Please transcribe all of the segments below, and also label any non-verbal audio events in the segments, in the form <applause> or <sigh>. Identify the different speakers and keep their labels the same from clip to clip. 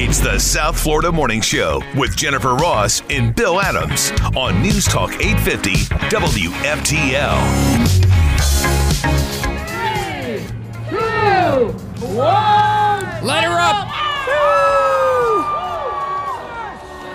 Speaker 1: It's the South Florida Morning Show with Jennifer Ross and Bill Adams on News Talk 850 WFTL.
Speaker 2: Light her up!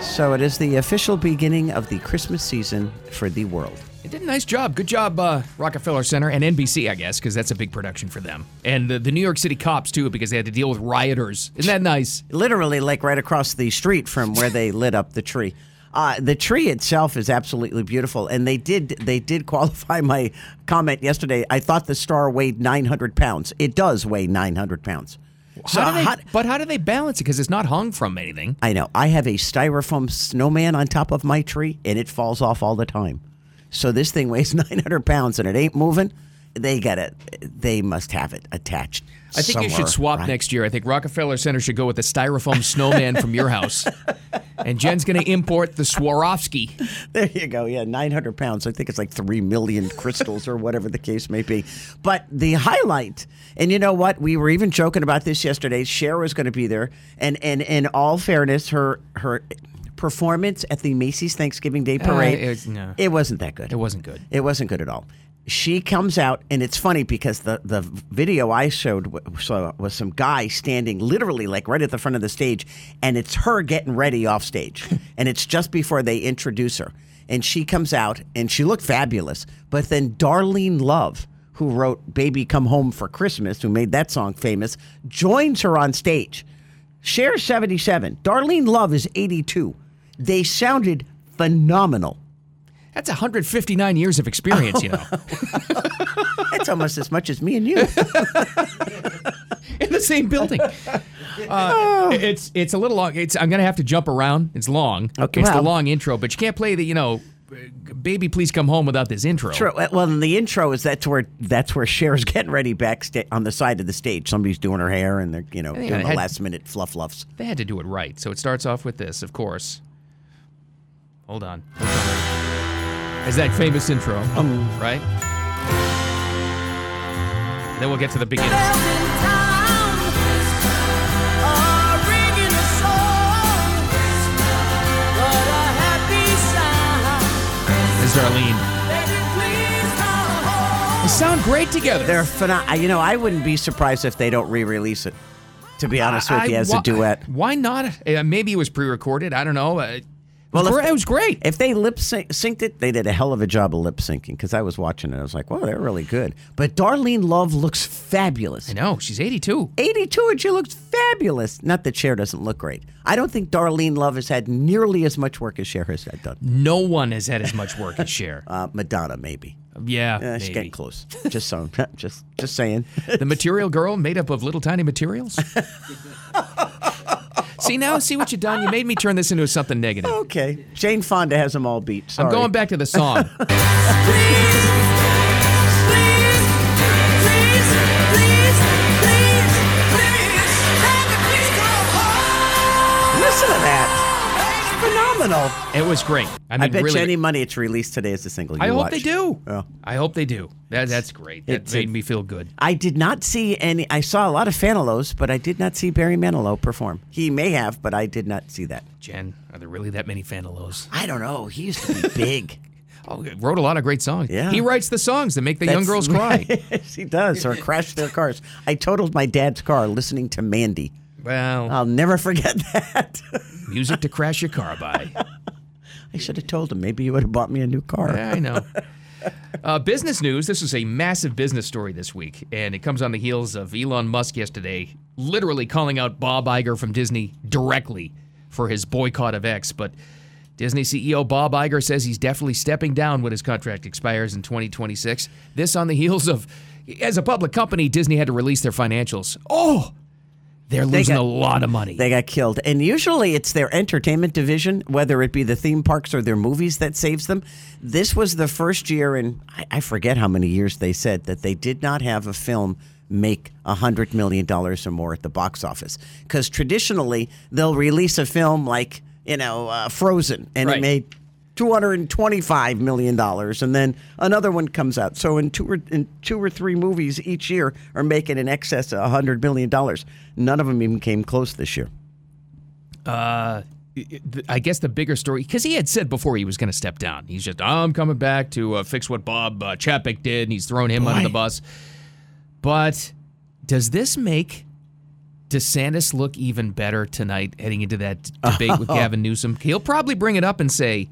Speaker 3: So it is the official beginning of the Christmas season for the world.
Speaker 2: It did a nice job. Good job, uh, Rockefeller Center and NBC, I guess, because that's a big production for them. And the, the New York City cops, too, because they had to deal with rioters. Isn't that nice?
Speaker 3: Literally, like right across the street from where
Speaker 2: <laughs>
Speaker 3: they lit up the tree. Uh, the tree itself is absolutely beautiful, and they did they did <laughs> qualify my comment yesterday. I thought the star weighed 900 pounds. It does weigh 900 pounds.
Speaker 2: How do they,
Speaker 3: how-
Speaker 2: but how do they balance it? Because it's not hung from anything.
Speaker 3: I know. I have a styrofoam snowman on top of my tree, and it falls off all the time. So this thing weighs <laughs> 900 pounds, and it ain't moving. They got it. They must have it attached.
Speaker 2: I think you should swap next year. I think Rockefeller Center should go with the styrofoam snowman from your house. And Jen's going to import the Swarovski.
Speaker 3: <laughs> There you go. Yeah, 900 pounds. I think it's like 3 million crystals or whatever the case may be. But the highlight, and you know what? We were even joking about this yesterday. Cher was going to be there. And and in all fairness, her her performance at the Macy's Thanksgiving Day Parade,
Speaker 2: Uh, it- no.
Speaker 3: it wasn't that good.
Speaker 2: It wasn't good.
Speaker 3: It wasn't good at all. She comes out, and it's funny because the, the video I showed w- saw was some guy standing literally like right at the front of the stage, and it's her getting ready off stage. and it's just before they introduce her. And she comes out, and she looked fabulous. But then Darlene Love, who wrote Baby Come Home for Christmas, who made that song famous, joins her on stage. Cher's 77, Darlene Love is 82. They sounded phenomenal.
Speaker 2: That's 159 years of experience, you know,
Speaker 3: That's almost as much as me and you.
Speaker 2: <laughs> in the same
Speaker 3: <laughs>
Speaker 2: building. Uh,
Speaker 3: Oh.
Speaker 2: It's it's a little long. It's I'm gonna have to jump around. It's long.
Speaker 3: Okay.
Speaker 2: It's the
Speaker 3: Well-
Speaker 2: long intro, but you can't play the you know, baby, please come home without this intro.
Speaker 3: True. Well, in the intro is that's where that's where Cher's <laughs> getting ready backstage on the side of the stage. Somebody's doing her hair, and they're you know
Speaker 2: Oh, Yeah,
Speaker 3: doing
Speaker 2: it
Speaker 3: the
Speaker 2: had-
Speaker 3: last minute fluff fluffs.
Speaker 2: They had to do it right. So it starts off with this, of course. Hold on. Is that famous intro,
Speaker 3: Mm.
Speaker 2: right? Then we'll get to the beginning. This is Darlene. They sound great together.
Speaker 3: They're phenomenal. You know, I wouldn't be surprised if they don't re-release it. To be honest with you, as
Speaker 2: why-
Speaker 3: a duet.
Speaker 2: Why not? Uh, maybe it was pre-recorded. I don't know. Uh, it was
Speaker 3: Well, if
Speaker 2: gre-
Speaker 3: they-
Speaker 2: it was great.
Speaker 3: If they lip sync- synced it, they did a hell of a job of lip syncing because I was watching it. I was like, "Whoa, they're really good." But Darlene Love looks fabulous.
Speaker 2: I know she's 82.
Speaker 3: 82 and she looks fabulous. Not that Cher doesn't look great. I don't think Darlene Love has had nearly as much work as Cher has had done.
Speaker 2: No one has had as much work
Speaker 3: <laughs>
Speaker 2: as Cher.
Speaker 3: Uh, Madonna, maybe.
Speaker 2: yeah,
Speaker 3: Uh, she's
Speaker 2: maybe.
Speaker 3: getting close. Just so, <laughs> just just
Speaker 2: <laughs>
Speaker 3: saying.
Speaker 2: The Material Girl, made up of little
Speaker 3: <laughs>
Speaker 2: tiny materials. see now, see what you done. You made me turn this into something negative.
Speaker 3: Okay, Jane Fonda has them all beat. Oh, Sorry.
Speaker 2: I'm going back to
Speaker 3: <laughs>
Speaker 2: the song.
Speaker 3: Listen to that. Phenomenal.
Speaker 2: it was great. I mean,
Speaker 3: I bet
Speaker 2: really.
Speaker 3: you any money it's released today as a single.
Speaker 2: I
Speaker 3: You
Speaker 2: hope
Speaker 3: watch.
Speaker 2: they do.
Speaker 3: Oh.
Speaker 2: I hope they do. That, that's great. That
Speaker 3: It's a-
Speaker 2: made me feel good.
Speaker 3: I did not see any. I saw a lot of Fanilows, but I did not see Barry Manilow perform. He may have, but I did not see that.
Speaker 2: Jen, are there really that many Fandalos?
Speaker 3: I don't know. He used
Speaker 2: <laughs>
Speaker 3: to be big.
Speaker 2: Oh, he wrote a lot of great songs.
Speaker 3: Yeah.
Speaker 2: He writes the songs that make the young
Speaker 3: That's
Speaker 2: girls cry.
Speaker 3: yes, he does. Or crash their cars. I totaled my dad's car listening to Mandy. <laughs>
Speaker 2: Well,
Speaker 3: I'll never forget that.
Speaker 2: music to crash your car by.
Speaker 3: I should have told him. Maybe you would have bought me a new car.
Speaker 2: Yeah, I know. Uh, business news. This was a massive business story this week, and it comes on the heels of Elon Musk yesterday literally calling out Bob Iger from Disney directly for his boycott of X. But Disney CEO Bob Iger says he's definitely stepping down when his contract expires in 2026. This on the heels of, as a public company, Disney had to release their financials. Oh, They're losing
Speaker 3: got-
Speaker 2: a lot of money.
Speaker 3: They got killed. And usually it's their entertainment division, whether it be the theme parks or their movies, that saves them. This was the first year in, I, I forget how many years they said, that they did not have a film make $100 million or more at the box office. Because traditionally, they'll release a film like, you know, uh, Frozen, and
Speaker 2: Right.
Speaker 3: it made. $225 million and then another one comes out so in two or in two or three movies each year are making in excess of $100 million none of them even came close this year
Speaker 2: I guess Uh, the bigger story, because he had said before he was going to step down. He's just, I'm coming back to uh, fix what Bob uh, Chapek did, and he's thrown him under the bus. But does this make DeSantis look even better tonight heading into that
Speaker 3: <laughs>
Speaker 2: debate with Gavin Newsom? He'll probably bring it up and say,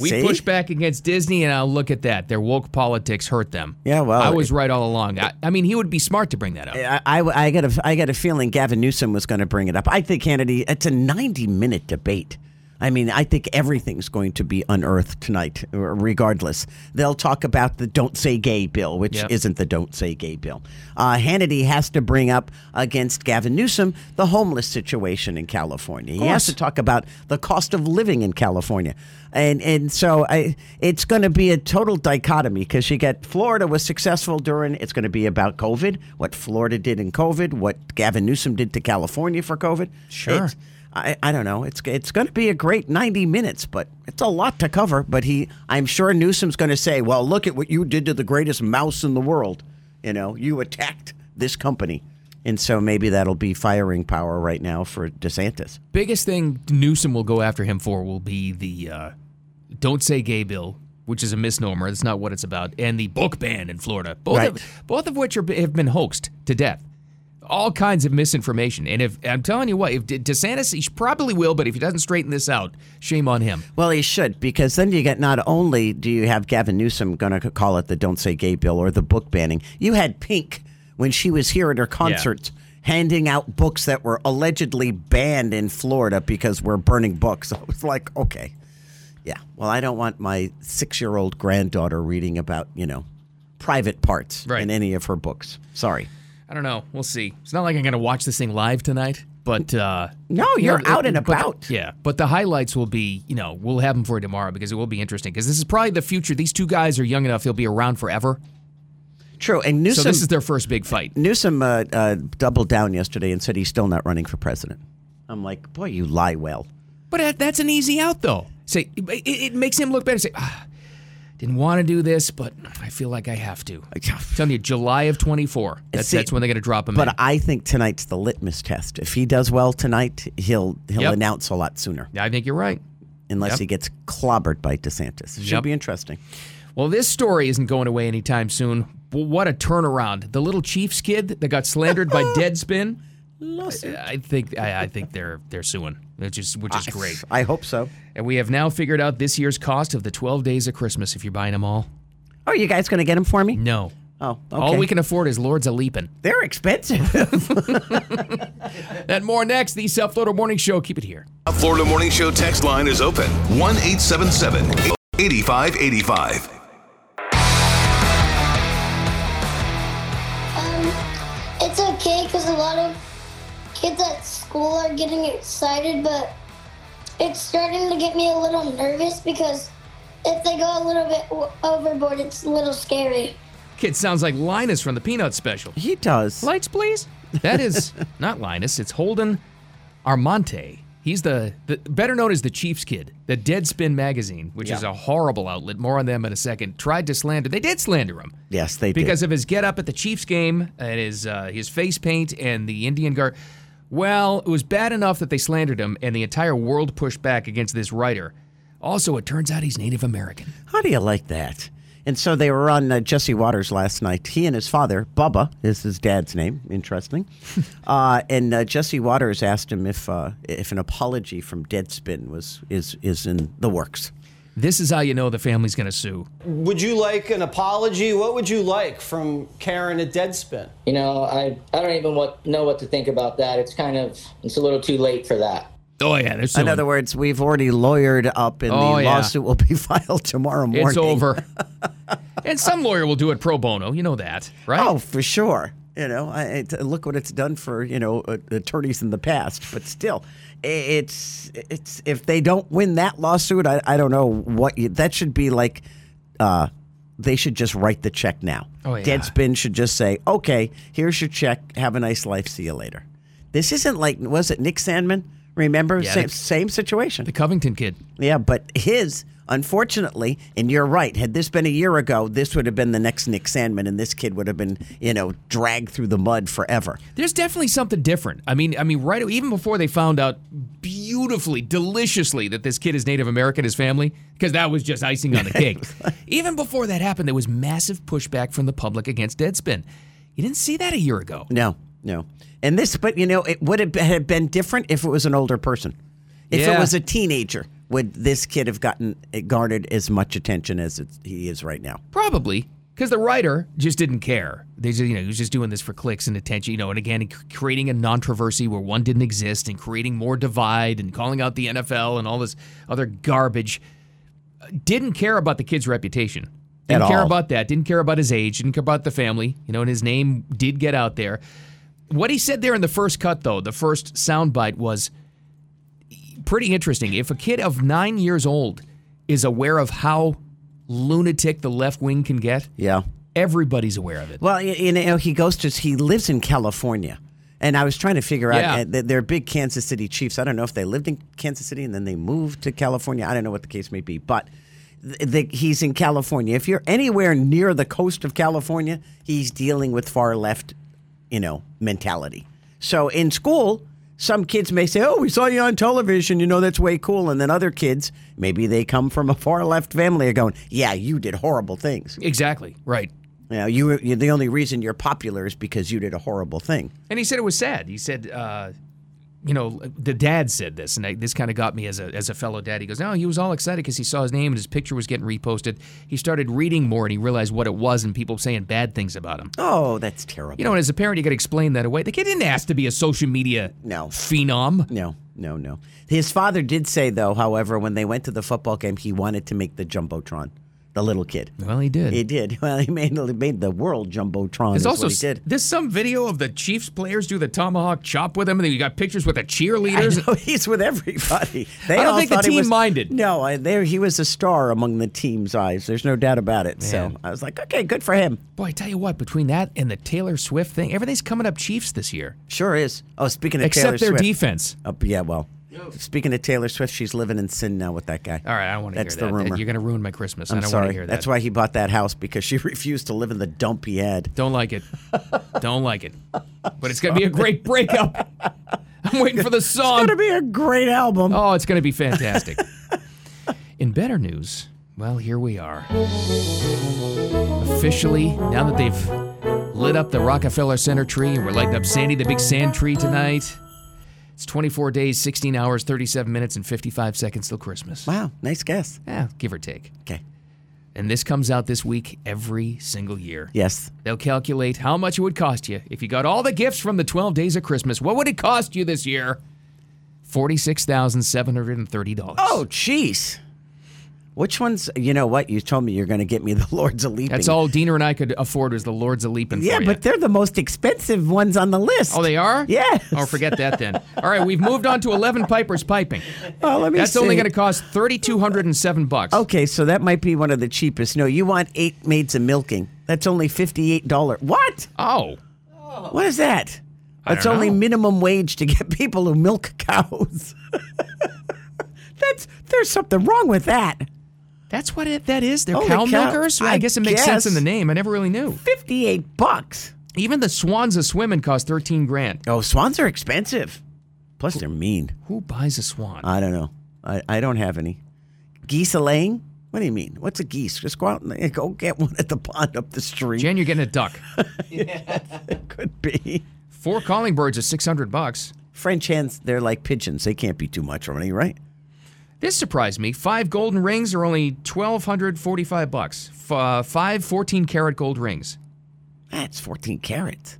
Speaker 2: We
Speaker 3: See?
Speaker 2: push back against Disney, and I'll look at that. Their woke politics hurt them.
Speaker 3: Yeah, well,
Speaker 2: I was right all along. I, I mean, he would be smart to bring that up.
Speaker 3: I, I, I got a I got a feeling Gavin Newsom was going to bring it up. I think Hannity. It's a ninety minute debate. I mean, I think everything's going to be unearthed tonight, r- regardless. They'll talk about the "Don't Say Gay" bill, which
Speaker 2: Yep.
Speaker 3: isn't the "Don't Say Gay" bill. Uh, Hannity has to bring up against Gavin Newsom the homeless situation in California. He has to talk about the cost of living in California, and and so I, it's going to be a total dichotomy because you get Florida was successful during. It's going to be about COVID, what Florida did in COVID, what Gavin Newsom did to California for COVID.
Speaker 2: Sure.
Speaker 3: It's- I, I don't know. It's it's going to be a great 90 minutes, but it's a lot to cover. But he, I'm sure Newsom's going to say, "Well, look at what you did to the greatest mouse in the world. You know, you attacked this company." And so maybe that'll be firing power right now for DeSantis.
Speaker 2: biggest thing Newsom will go after him for will be the uh, "Don't Say Gay" bill, which is a misnomer. That's not what it's about, and the book ban in Florida. Both
Speaker 3: Right.
Speaker 2: of both of which are, have been hoaxed to death. All kinds of misinformation. And if I'm telling you what, if De- DeSantis, he probably will, but if he doesn't straighten this out, shame on him.
Speaker 3: Well, he should because then you get not only do you have Gavin Newsom going to call it the "Don't Say Gay" bill or the book banning. You had Pink when she was here at her concert handing out books that were allegedly banned in Florida because we're burning books. <laughs> I was like, okay, yeah. Well, I don't want my six-year-old granddaughter reading about you know private parts
Speaker 2: Right.
Speaker 3: in any of her books. Sorry.
Speaker 2: I don't know. We'll see. It's not like I'm going to watch this thing live tonight, but uh,
Speaker 3: No,
Speaker 2: you
Speaker 3: you're
Speaker 2: know,
Speaker 3: out and
Speaker 2: but the-
Speaker 3: about.
Speaker 2: yeah, but the highlights will be, you know, we'll have them for you tomorrow because it will be interesting. Because this is probably the future. These two guys are young enough; they'll be around forever.
Speaker 3: True. And Newsom
Speaker 2: So this is their first big fight.
Speaker 3: Newsom uh, uh, doubled down yesterday and said he's still not running for president. I'm like, boy, you lie well.
Speaker 2: But that- that's an easy out, though. Say it, it makes him look better. Say, ah, didn't want to do this, but I feel like I have to. I'm telling you, July of 24. That's,
Speaker 3: See,
Speaker 2: that's when they're going to drop him. in.
Speaker 3: But I think tonight's the litmus test. If he does well tonight, he'll he'll
Speaker 2: Yep.
Speaker 3: announce a lot sooner,
Speaker 2: Yeah, I think you're right.
Speaker 3: unless
Speaker 2: Yep.
Speaker 3: he gets clobbered by DeSantis. Should
Speaker 2: Yep.
Speaker 3: be interesting.
Speaker 2: Well, this story isn't going away anytime soon. Well, what a turnaround! The little Chiefs kid that got
Speaker 3: <laughs>
Speaker 2: slandered by Deadspin. I think I, I think they're they're suing, which is which is great.
Speaker 3: I hope so.
Speaker 2: And we have now figured out this year's cost of the 12 days of Christmas. If you're buying them all,
Speaker 3: Are you guys going to get him for me?
Speaker 2: no.
Speaker 3: Oh, okay.
Speaker 2: All we can afford is Lords a Leapin'.
Speaker 3: They're expensive. <laughs>
Speaker 2: And more next, the South Florida Morning Show. Keep it here.
Speaker 1: South Florida Morning Show text line is open 1 877 8585.
Speaker 4: Um, it's okay because a lot of kids at school are getting excited, but it's starting to get me a little nervous because if they go a little bit o- overboard, it's a little scary.
Speaker 2: Kid sounds like Linus from the Peanut Special.
Speaker 3: he does.
Speaker 2: <laughs> Lights, please. That is not Linus. It's Holden Armonte. He's the, the better known as the Chiefs kid. The Deadspin magazine, which is a horrible outlet. More on them in a second. Tried to slander. They did slander him.
Speaker 3: yes, they do.
Speaker 2: because of his get up at the Chiefs game and his uh, his face paint and the Indian guard. Well, it was bad enough that they slandered him, and the entire world pushed back against this writer. Also, it turns out he's Native American.
Speaker 3: How do you like that? And so they were on uh, Jesse Waters last night. He and his father, Bubba, is his dad's name.
Speaker 2: <laughs>
Speaker 3: Interesting. uh, and uh, Jesse Waters asked him if uh, if an apology from Deadspin was is is in the works.
Speaker 2: This is how you know the family's going to sue.
Speaker 5: Would you like an apology? What would you like from Karen at Deadspin?
Speaker 6: You know, I, I don't even what, know what to think about that. It's kind of, it's a little too late for that.
Speaker 2: Oh yeah, they're suing.
Speaker 3: In other words, we've already lawyered up, and
Speaker 2: Oh,
Speaker 3: the
Speaker 2: yeah.
Speaker 3: lawsuit will be <laughs> filed tomorrow morning.
Speaker 2: It's over. and some lawyer will do it pro bono. You know that, right?
Speaker 3: Oh, for sure. You know, I, I- t- look what it's done for you know uh, attorneys in the past. But still, i- it's it's if they don't win that lawsuit, I, I don't know what you, that should be like. Uh, they should just write the check now.
Speaker 2: Oh, yeah.
Speaker 3: Deadspin should just say, "Okay, here's your check. Have a nice life. See you later." This isn't like was it Nick Sandman? Remember,
Speaker 2: Yeah,
Speaker 3: same,
Speaker 2: the-
Speaker 3: same situation.
Speaker 2: The Covington kid.
Speaker 3: Yeah, but his, unfortunately, and you're right, had this been a year ago, this would have been the next Nick Sandman, and this kid would have been, you know, dragged through the mud forever.
Speaker 2: There's definitely something different. I mean, I mean, right even before they found out beautifully, deliciously that this kid is Native American, his family, because that was just icing on the cake. <laughs> even before that happened, there was massive pushback from the public against Deadspin. You didn't see that a year ago.
Speaker 3: No, no. And this, but, you know, it would have been, have been different if it was an older person. If it
Speaker 2: Yeah.
Speaker 3: was a teenager, would this kid have gotten eh, garnered as much attention as it's, he is right now?
Speaker 2: Probably because the writer just didn't care. They just, you know, he was just doing this for clicks and attention, you know, and again, c- creating a controversy where one didn't exist and creating more divide and calling out the NFL and all this other garbage. uh, Didn't care about the kid's reputation. Didn't
Speaker 3: At
Speaker 2: care
Speaker 3: all.
Speaker 2: about that. Didn't care about his age. Didn't care about the family. You know, and his name did get out there. What he said there in the first cut, though, the first soundbite was pretty interesting. If a kid of nine years old is aware of how lunatic the left wing can get,
Speaker 3: Yeah.
Speaker 2: everybody's aware of it.
Speaker 3: Well, y- you know, he goes to he lives in California, and I was trying to figure
Speaker 2: Yeah.
Speaker 3: out uh, th- they're big Kansas City Chiefs. I don't know if they lived in Kansas City and then they moved to California. I don't know what the case may be, but th- the, he's in California. If you're anywhere near the coast of California, he's dealing with far left, you know, mentality. So in school. Some kids may say, "Oh, we saw you on television. You know that's way cool." And then other kids, maybe they come from a far left family, are going, "Yeah, you did horrible things."
Speaker 2: Exactly, right.
Speaker 3: You know, you, you the only reason you're popular is because you did a horrible thing.
Speaker 2: And he said it was sad. He said, uh, you know, the dad said this, and I, this kind of got me as a as a fellow dad. He goes, "No, he was all excited because he saw his name and his picture was getting reposted. He started reading more, and he realized what it was, and people saying bad things about him.
Speaker 3: Oh, that's terrible.
Speaker 2: You know, and as a parent, you got to explain that away. The kid didn't ask to be a social media
Speaker 3: No.
Speaker 2: phenom.
Speaker 3: no, no, no. His father did say though, however, when they went to the football game, he wanted to make the jumbotron. The little kid.
Speaker 2: Well, he did.
Speaker 3: He did. <laughs> Well, he made he made the world jumbotron.
Speaker 2: There's
Speaker 3: is
Speaker 2: also
Speaker 3: what he did.
Speaker 2: there's some video of the Chiefs players do the tomahawk chop with him, and then you got pictures with the cheerleaders.
Speaker 3: <laughs> I know, he's with
Speaker 2: <laughs>
Speaker 3: everybody. They
Speaker 2: I don't
Speaker 3: all
Speaker 2: think the
Speaker 3: thought he
Speaker 2: team
Speaker 3: was-
Speaker 2: minded.
Speaker 3: No, I, there he was a star among the team's eyes. There's no doubt about it.
Speaker 2: Man.
Speaker 3: So I was like, okay, good for him.
Speaker 2: Boy, I tell you what, between that and the Taylor Swift thing, everything's coming up Chiefs this year,
Speaker 3: Sure is. Oh, speaking of
Speaker 2: except
Speaker 3: Taylor
Speaker 2: their
Speaker 3: Swift.
Speaker 2: defense.
Speaker 3: Uh, yeah, well, speaking of Taylor Swift, she's living in sin now with that guy.
Speaker 2: All right, I don't want to hear
Speaker 3: That's
Speaker 2: that.
Speaker 3: the rumor.
Speaker 2: You're going to ruin my Christmas. I
Speaker 3: I'm
Speaker 2: don't want
Speaker 3: sorry.
Speaker 2: to hear that.
Speaker 3: That's why he bought that house because she <laughs> refused to live in the dump he had.
Speaker 2: Don't
Speaker 3: <laughs>
Speaker 2: like it. don't like it. But it's going to be a great breakup. I'm waiting for the song.
Speaker 3: It's gonna be a great album.
Speaker 2: Um, Oh, it's going to be fantastic. In better news, well, here we are. Officially, now that they've lit up the Rockefeller Center tree and we're lighting up Sandy the big sand tree tonight, it's 24 days, 16 hours, 37 minutes, and 55 seconds till Christmas.
Speaker 3: Wow, nice guess.
Speaker 2: Yeah, give or take.
Speaker 3: Okay.
Speaker 2: And this comes out this week every single year.
Speaker 3: Yes.
Speaker 2: They'll calculate how much it would cost you if you got all the gifts from the 12 days of Christmas. What would it cost you this year? $46,730.
Speaker 3: Oh, jeez. Which ones? You know what? You told me you're gonna get me the <laughs> Lords of Leaping.
Speaker 2: That's all Diener and I could afford was the Lords of Leaping.
Speaker 3: Yeah,
Speaker 2: for
Speaker 3: but
Speaker 2: you.
Speaker 3: they're the most expensive ones on the list.
Speaker 2: oh, they are.
Speaker 3: Yes.
Speaker 2: Oh, forget that then. All right, we've moved on to eleven pipers piping.
Speaker 3: <laughs> Oh, let me
Speaker 2: That's only
Speaker 3: see.
Speaker 2: going to cost thirty two hundred and seven bucks.
Speaker 3: Okay, so that might be one of the cheapest. No, you want eight maids of milking. That's only fifty-eight dollar. What?
Speaker 2: Oh,
Speaker 3: What is that?
Speaker 2: I
Speaker 3: It's
Speaker 2: don't
Speaker 3: only
Speaker 2: know.
Speaker 3: minimum wage to get people who milk cows. <laughs> That's there's something wrong with that.
Speaker 2: that's what it, that is. They're
Speaker 3: Holy
Speaker 2: cow
Speaker 3: Oh, cow.
Speaker 2: milkers. Well, I,
Speaker 3: I
Speaker 2: guess it makes sense
Speaker 3: guess.
Speaker 2: in the name. I never really knew.
Speaker 3: Fifty-eight bucks.
Speaker 2: Even the swans a swimming cost thirteen grand.
Speaker 3: Oh, swans are expensive. Plus, they're mean.
Speaker 2: Who buys a swan?
Speaker 3: I don't know. I, I don't have any. Geese a laying? What do you mean? What's a geese? Just go out and go get one at the pond up the street.
Speaker 2: Jen, you're getting a duck.
Speaker 3: Could be.
Speaker 2: Four calling birds is six hundred bucks.
Speaker 3: French hens, they're like pigeons. They can't be too much money, right?
Speaker 2: This surprised me. Five golden rings are only twelve hundred forty five bucks. F- uh, five 14 karat gold rings.
Speaker 3: That's 14 carats.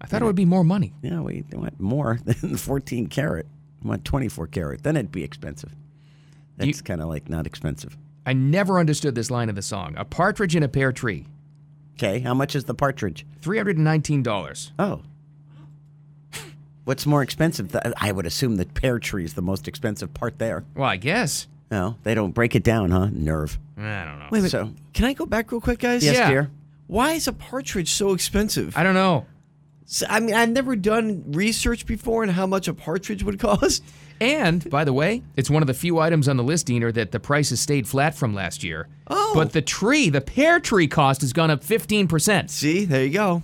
Speaker 2: I thought it would be more money.
Speaker 3: Yeah, we want more <laughs> than the 14 carat. We want 24 carat. Then it'd be expensive.
Speaker 2: You-
Speaker 3: That's kind of like not expensive.
Speaker 2: I never understood this line of the song. A partridge in a pear tree.
Speaker 3: Okay, how much is the partridge?
Speaker 2: Three hundred and nineteen dollars.
Speaker 3: Oh. What's more expensive? The- I would assume the pear tree is the most expensive part there.
Speaker 2: Well, I guess.
Speaker 3: No, they don't break it down, huh? Nerve.
Speaker 2: I don't know.
Speaker 7: Wait a minute.
Speaker 3: So-
Speaker 7: Can I go back real quick, guys?
Speaker 3: Yes,
Speaker 2: Yeah.
Speaker 3: dear.
Speaker 7: Why is a partridge so expensive?
Speaker 2: I don't know.
Speaker 7: S- I mean, I've never done research before on how much a partridge would <laughs> cost.
Speaker 2: And by the way, it's one of the few items on the list, Diener, that the price has stayed flat from last year.
Speaker 7: Oh.
Speaker 2: But the tree, the pear tree cost has gone up 15%.
Speaker 7: See, there you go.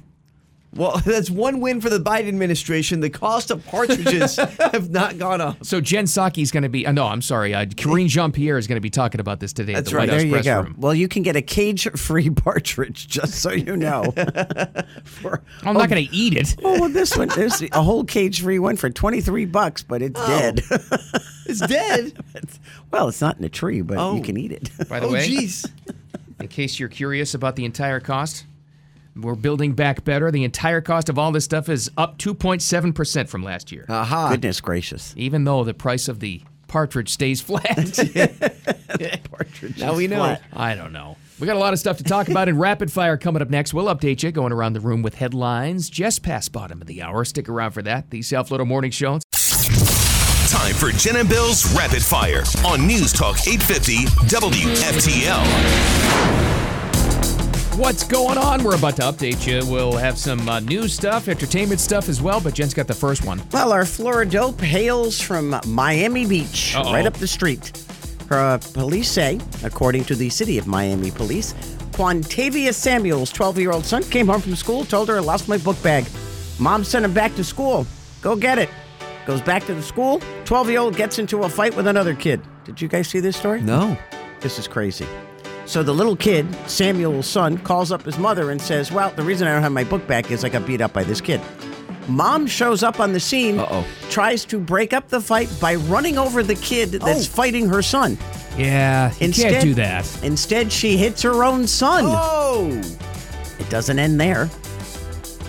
Speaker 7: Well, that's one win for the Biden administration. The cost of partridges have not gone up.
Speaker 2: So Jen Psaki's going to be, uh, no, I'm sorry, uh, Karine Jean-Pierre is going to be talking about this today
Speaker 7: That's
Speaker 2: at the White
Speaker 7: right.
Speaker 2: House
Speaker 3: There you
Speaker 2: press
Speaker 3: go.
Speaker 2: room.
Speaker 3: Well, you can get a cage-free <laughs> partridge, just so you know. For-
Speaker 2: I'm not going to eat it.
Speaker 3: oh, <laughs> well, this one, there's a whole cage-free one for twenty-three bucks, but
Speaker 2: Oh.
Speaker 3: it's dead.
Speaker 7: It's dead.
Speaker 3: well, it's not in a tree, but
Speaker 7: Oh.
Speaker 3: you can eat it.
Speaker 2: <laughs> By the
Speaker 7: oh,
Speaker 2: way,
Speaker 7: jeez.
Speaker 2: in case you're curious about the entire cost, we're building back better. The entire cost of all this stuff is up 2.7% from last year.
Speaker 3: <laughs>
Speaker 7: Aha.
Speaker 3: Goodness gracious!
Speaker 2: even though the price of the partridge stays <laughs> flat.
Speaker 7: Now we know.
Speaker 2: I don't know. We got a lot of stuff to talk about in <laughs> rapid fire coming up next. We'll update you going around the room with headlines just past bottom of the hour. Stick around for that. The South Florida Morning Show.
Speaker 1: Time for Jen and Bill's Rapid Fire on News Talk 850 WFTL.
Speaker 2: What's going on? We're about to update you. We'll have some uh, new stuff, entertainment stuff as well. But Jen's got the first one.
Speaker 3: Well, our Floridope hails from Miami Beach,
Speaker 2: Uh-oh.
Speaker 3: right up the street. Uh, police say, according to the city of Miami police, Quantavia Samuel's 12 year old son came home from school, told her, I lost my book bag. Mom sent him back to school. Go get it. Goes back to the school. 12 year old gets into a fight with another kid. Did you guys see this story?
Speaker 7: No.
Speaker 3: This is crazy. So the little kid, Samuel's son, calls up his mother and says, Well, the reason I don't have my book back is I got beat up by this kid. Mom shows up on the scene,
Speaker 7: Uh-oh.
Speaker 3: tries to break up the fight by running over the kid that's fighting her son.
Speaker 2: Yeah, you
Speaker 3: Instead,
Speaker 2: can't do that.
Speaker 3: Instead, she hits her own son.
Speaker 7: Oh.
Speaker 3: It doesn't end there.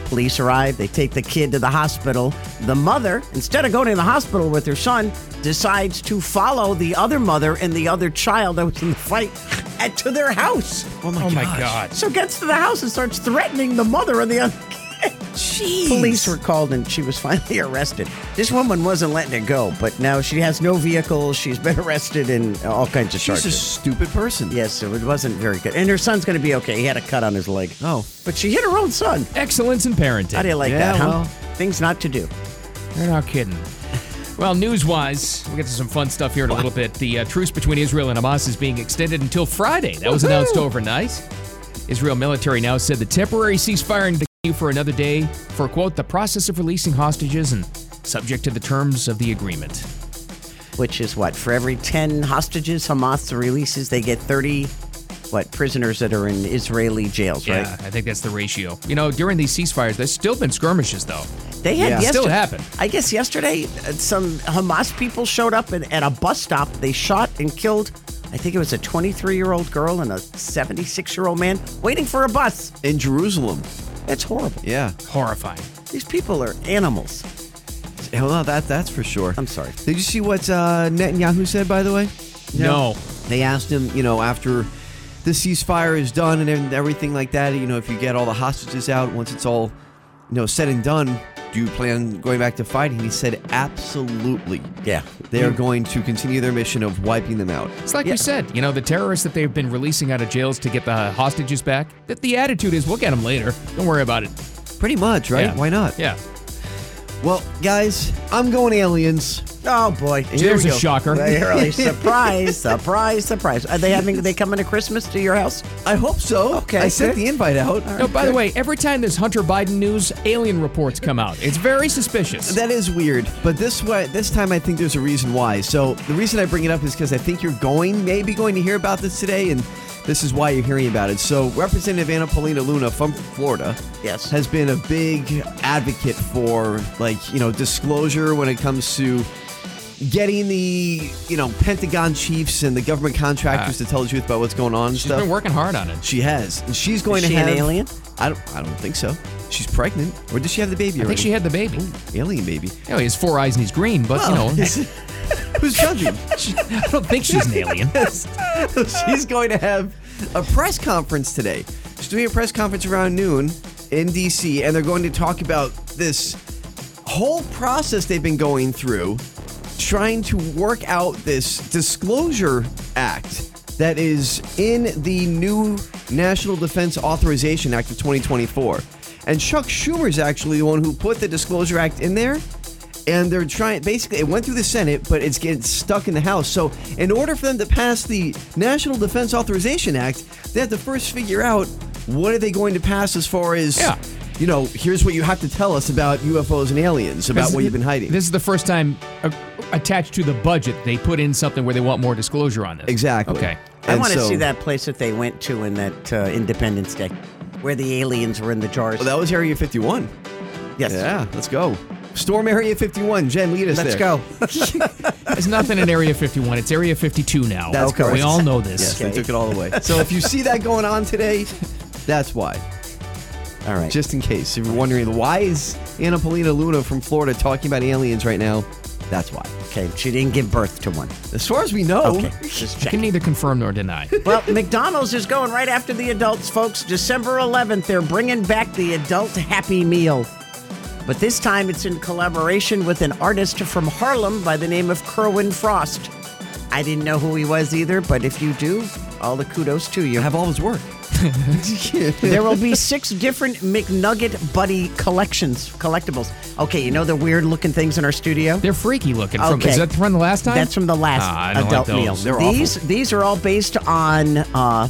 Speaker 3: Police arrive, they take the kid to the hospital. The mother, instead of going to the hospital with her son, decides to follow the other mother and the other child that was in the fight at, to their house.
Speaker 7: Oh my,
Speaker 2: Oh my
Speaker 7: gosh.
Speaker 2: God.
Speaker 3: So gets to the house and starts threatening the mother and the other kid.
Speaker 7: Jeez.
Speaker 3: Police were called and she was <laughs> finally arrested. This woman wasn't letting it go, but now she has no vehicle. She's been <laughs> arrested and all kinds of
Speaker 7: She's a
Speaker 3: charges.
Speaker 7: stupid person.
Speaker 3: Yes, so it wasn't very good. And her son's going to be okay. He had a cut on his leg.
Speaker 7: Oh.
Speaker 3: But she hit her own son.
Speaker 2: Excellence in parenting.
Speaker 3: How do you like
Speaker 7: Yeah,
Speaker 3: that? huh?
Speaker 7: well.
Speaker 3: Things not to do.
Speaker 2: You're not kidding. Well, news wise, we'll get to some fun stuff here in a little bit. The uh, truce between Israel and Hamas is being extended until Friday. That was announced overnight. Israel military now said the temporary ceasefire in the for another day for, quote, the process of releasing hostages and subject to the terms of the agreement.
Speaker 3: Which is what? For every 10 hostages Hamas releases, they get 30, what, prisoners that are in Israeli jails,
Speaker 2: Yeah,
Speaker 3: right?
Speaker 2: I think that's the ratio. You know, during these ceasefires, there's still been skirmishes, though.
Speaker 3: They had
Speaker 2: Yeah.
Speaker 3: yesterday,
Speaker 2: Still happened.
Speaker 3: I guess yesterday, uh, some Hamas people showed up and, at a bus stop. They shot and killed, I think it was a 23 year old girl and a 76 year old man waiting for a bus.
Speaker 7: In Jerusalem.
Speaker 3: That's horrible.
Speaker 7: <laughs> Yeah.
Speaker 2: Horrifying.
Speaker 3: These people are animals.
Speaker 7: Well, that that's for sure.
Speaker 3: I'm sorry.
Speaker 7: Did you see what uh, Netanyahu said? By the way,
Speaker 2: No.
Speaker 7: They asked him, you know, after the ceasefire is done and ev- everything like that. You know, if you get all the hostages out once it's all, you know, said and done, do you plan going back to fighting? He said, absolutely.
Speaker 3: Yeah.
Speaker 7: They are going to continue their mission of wiping them out.
Speaker 2: It's like you said, you know, the terrorists that they've been releasing out of jails to get the hostages back, that the attitude is, we'll get them later. Don't worry about it.
Speaker 7: Pretty much, right?
Speaker 2: Yeah.
Speaker 7: Why not?
Speaker 2: Yeah.
Speaker 7: Well, guys, I'm going aliens.
Speaker 3: Oh, boy.
Speaker 7: Here
Speaker 2: There's
Speaker 7: we
Speaker 2: a
Speaker 7: go.
Speaker 2: shocker.
Speaker 7: <laughs>
Speaker 3: They really surprise, surprise, surprise. Are they having? They coming to Christmas to your house?
Speaker 7: I hope so.
Speaker 3: Okay,
Speaker 7: I sent
Speaker 3: good.
Speaker 7: the invite out.
Speaker 2: No, by the way, every time there's Hunter Biden news, alien reports come out. It's very suspicious.
Speaker 7: That is weird, but this way, this time I think there's a reason why. So the reason I bring it up is because I think you're going, maybe going to hear about this today, and this is why you're hearing about it. So Representative Anna Paulina Luna from Florida,
Speaker 3: Yes.
Speaker 7: has been a big advocate for like you know disclosure when it comes to getting the you know Pentagon chiefs and the government contractors to tell the truth about what's going on and
Speaker 2: Uh, She's
Speaker 7: stuff.
Speaker 2: been working hard on it.
Speaker 7: She has. And she's going
Speaker 3: Is
Speaker 7: to
Speaker 3: she an
Speaker 7: have
Speaker 3: alien?
Speaker 7: I don't. I don't think so. She's pregnant, or did she have the baby?
Speaker 2: I think
Speaker 7: already?
Speaker 2: she had the baby. You
Speaker 7: alien baby.
Speaker 2: know, he has four eyes and he's green, but
Speaker 8: <laughs>
Speaker 2: you know,
Speaker 7: Who's judging?
Speaker 2: she- <laughs> I
Speaker 7: <laughs>
Speaker 2: don't think she's an alien.
Speaker 7: She's going to have a press conference today. She's doing a press conference around noon in DC, and they're going to talk about this whole process they've been going through trying to work out this disclosure act that is in the new National Defense Authorization Act of 2024. And Chuck Schumer is actually the one who put the disclosure act in there. And they're trying, basically, it went through the Senate, but it's getting stuck in the House. So, in order for them to pass the National Defense Authorization Act, they have to first figure out what are they going to pass as far as,
Speaker 2: Yeah.
Speaker 7: you know, here's what you have to tell us about UFOs and aliens, about
Speaker 2: This-
Speaker 7: what you've been hiding.
Speaker 2: This is the first time uh, attached to the budget they put in something where they want more disclosure on this.
Speaker 7: Exactly.
Speaker 2: Okay.
Speaker 3: I
Speaker 7: And
Speaker 3: want to
Speaker 7: so-
Speaker 3: see that place that they went to in that uh, Independence Day, where the aliens were in the jars.
Speaker 7: Well, that was Area 51.
Speaker 3: yes.
Speaker 7: Yeah, let's go. Storm Area 51. Jen, lead us
Speaker 3: Let's
Speaker 7: there.
Speaker 3: go.
Speaker 2: There's nothing in Area 51. It's Area 52 now.
Speaker 7: That's
Speaker 2: Okay. We
Speaker 7: correct.
Speaker 2: all know this.
Speaker 7: Yes,
Speaker 3: Okay.
Speaker 7: they took it all away. So if you see that going on today, that's why.
Speaker 3: All right.
Speaker 7: Just in case. If you're wondering, why is Anna Polina Luna from Florida talking about aliens right now? That's why.
Speaker 3: okay. She didn't give birth to one.
Speaker 7: As far as we know,
Speaker 3: Okay. Just
Speaker 2: I can
Speaker 3: checking.
Speaker 2: neither confirm nor
Speaker 7: <laughs>
Speaker 2: deny.
Speaker 3: Well, McDonald's is going right after the adults, folks. December 11th, they're bringing back the adult Happy Meal. But this time it's in collaboration with an artist from Harlem by the name of Kerwin Frost. I didn't know who he was either, but if you do, all the kudos to you.
Speaker 7: I have all his work.
Speaker 3: <laughs> there will be six different McNugget Buddy collections, collectibles. Okay, you know the weird looking things in our studio?
Speaker 2: They're freaky looking. From,
Speaker 3: Okay.
Speaker 2: Is that from the last time?
Speaker 3: That's from the last
Speaker 2: Ah, I don't
Speaker 3: adult
Speaker 2: like
Speaker 3: meal.
Speaker 2: those.
Speaker 7: They're
Speaker 3: these these are all based on uh,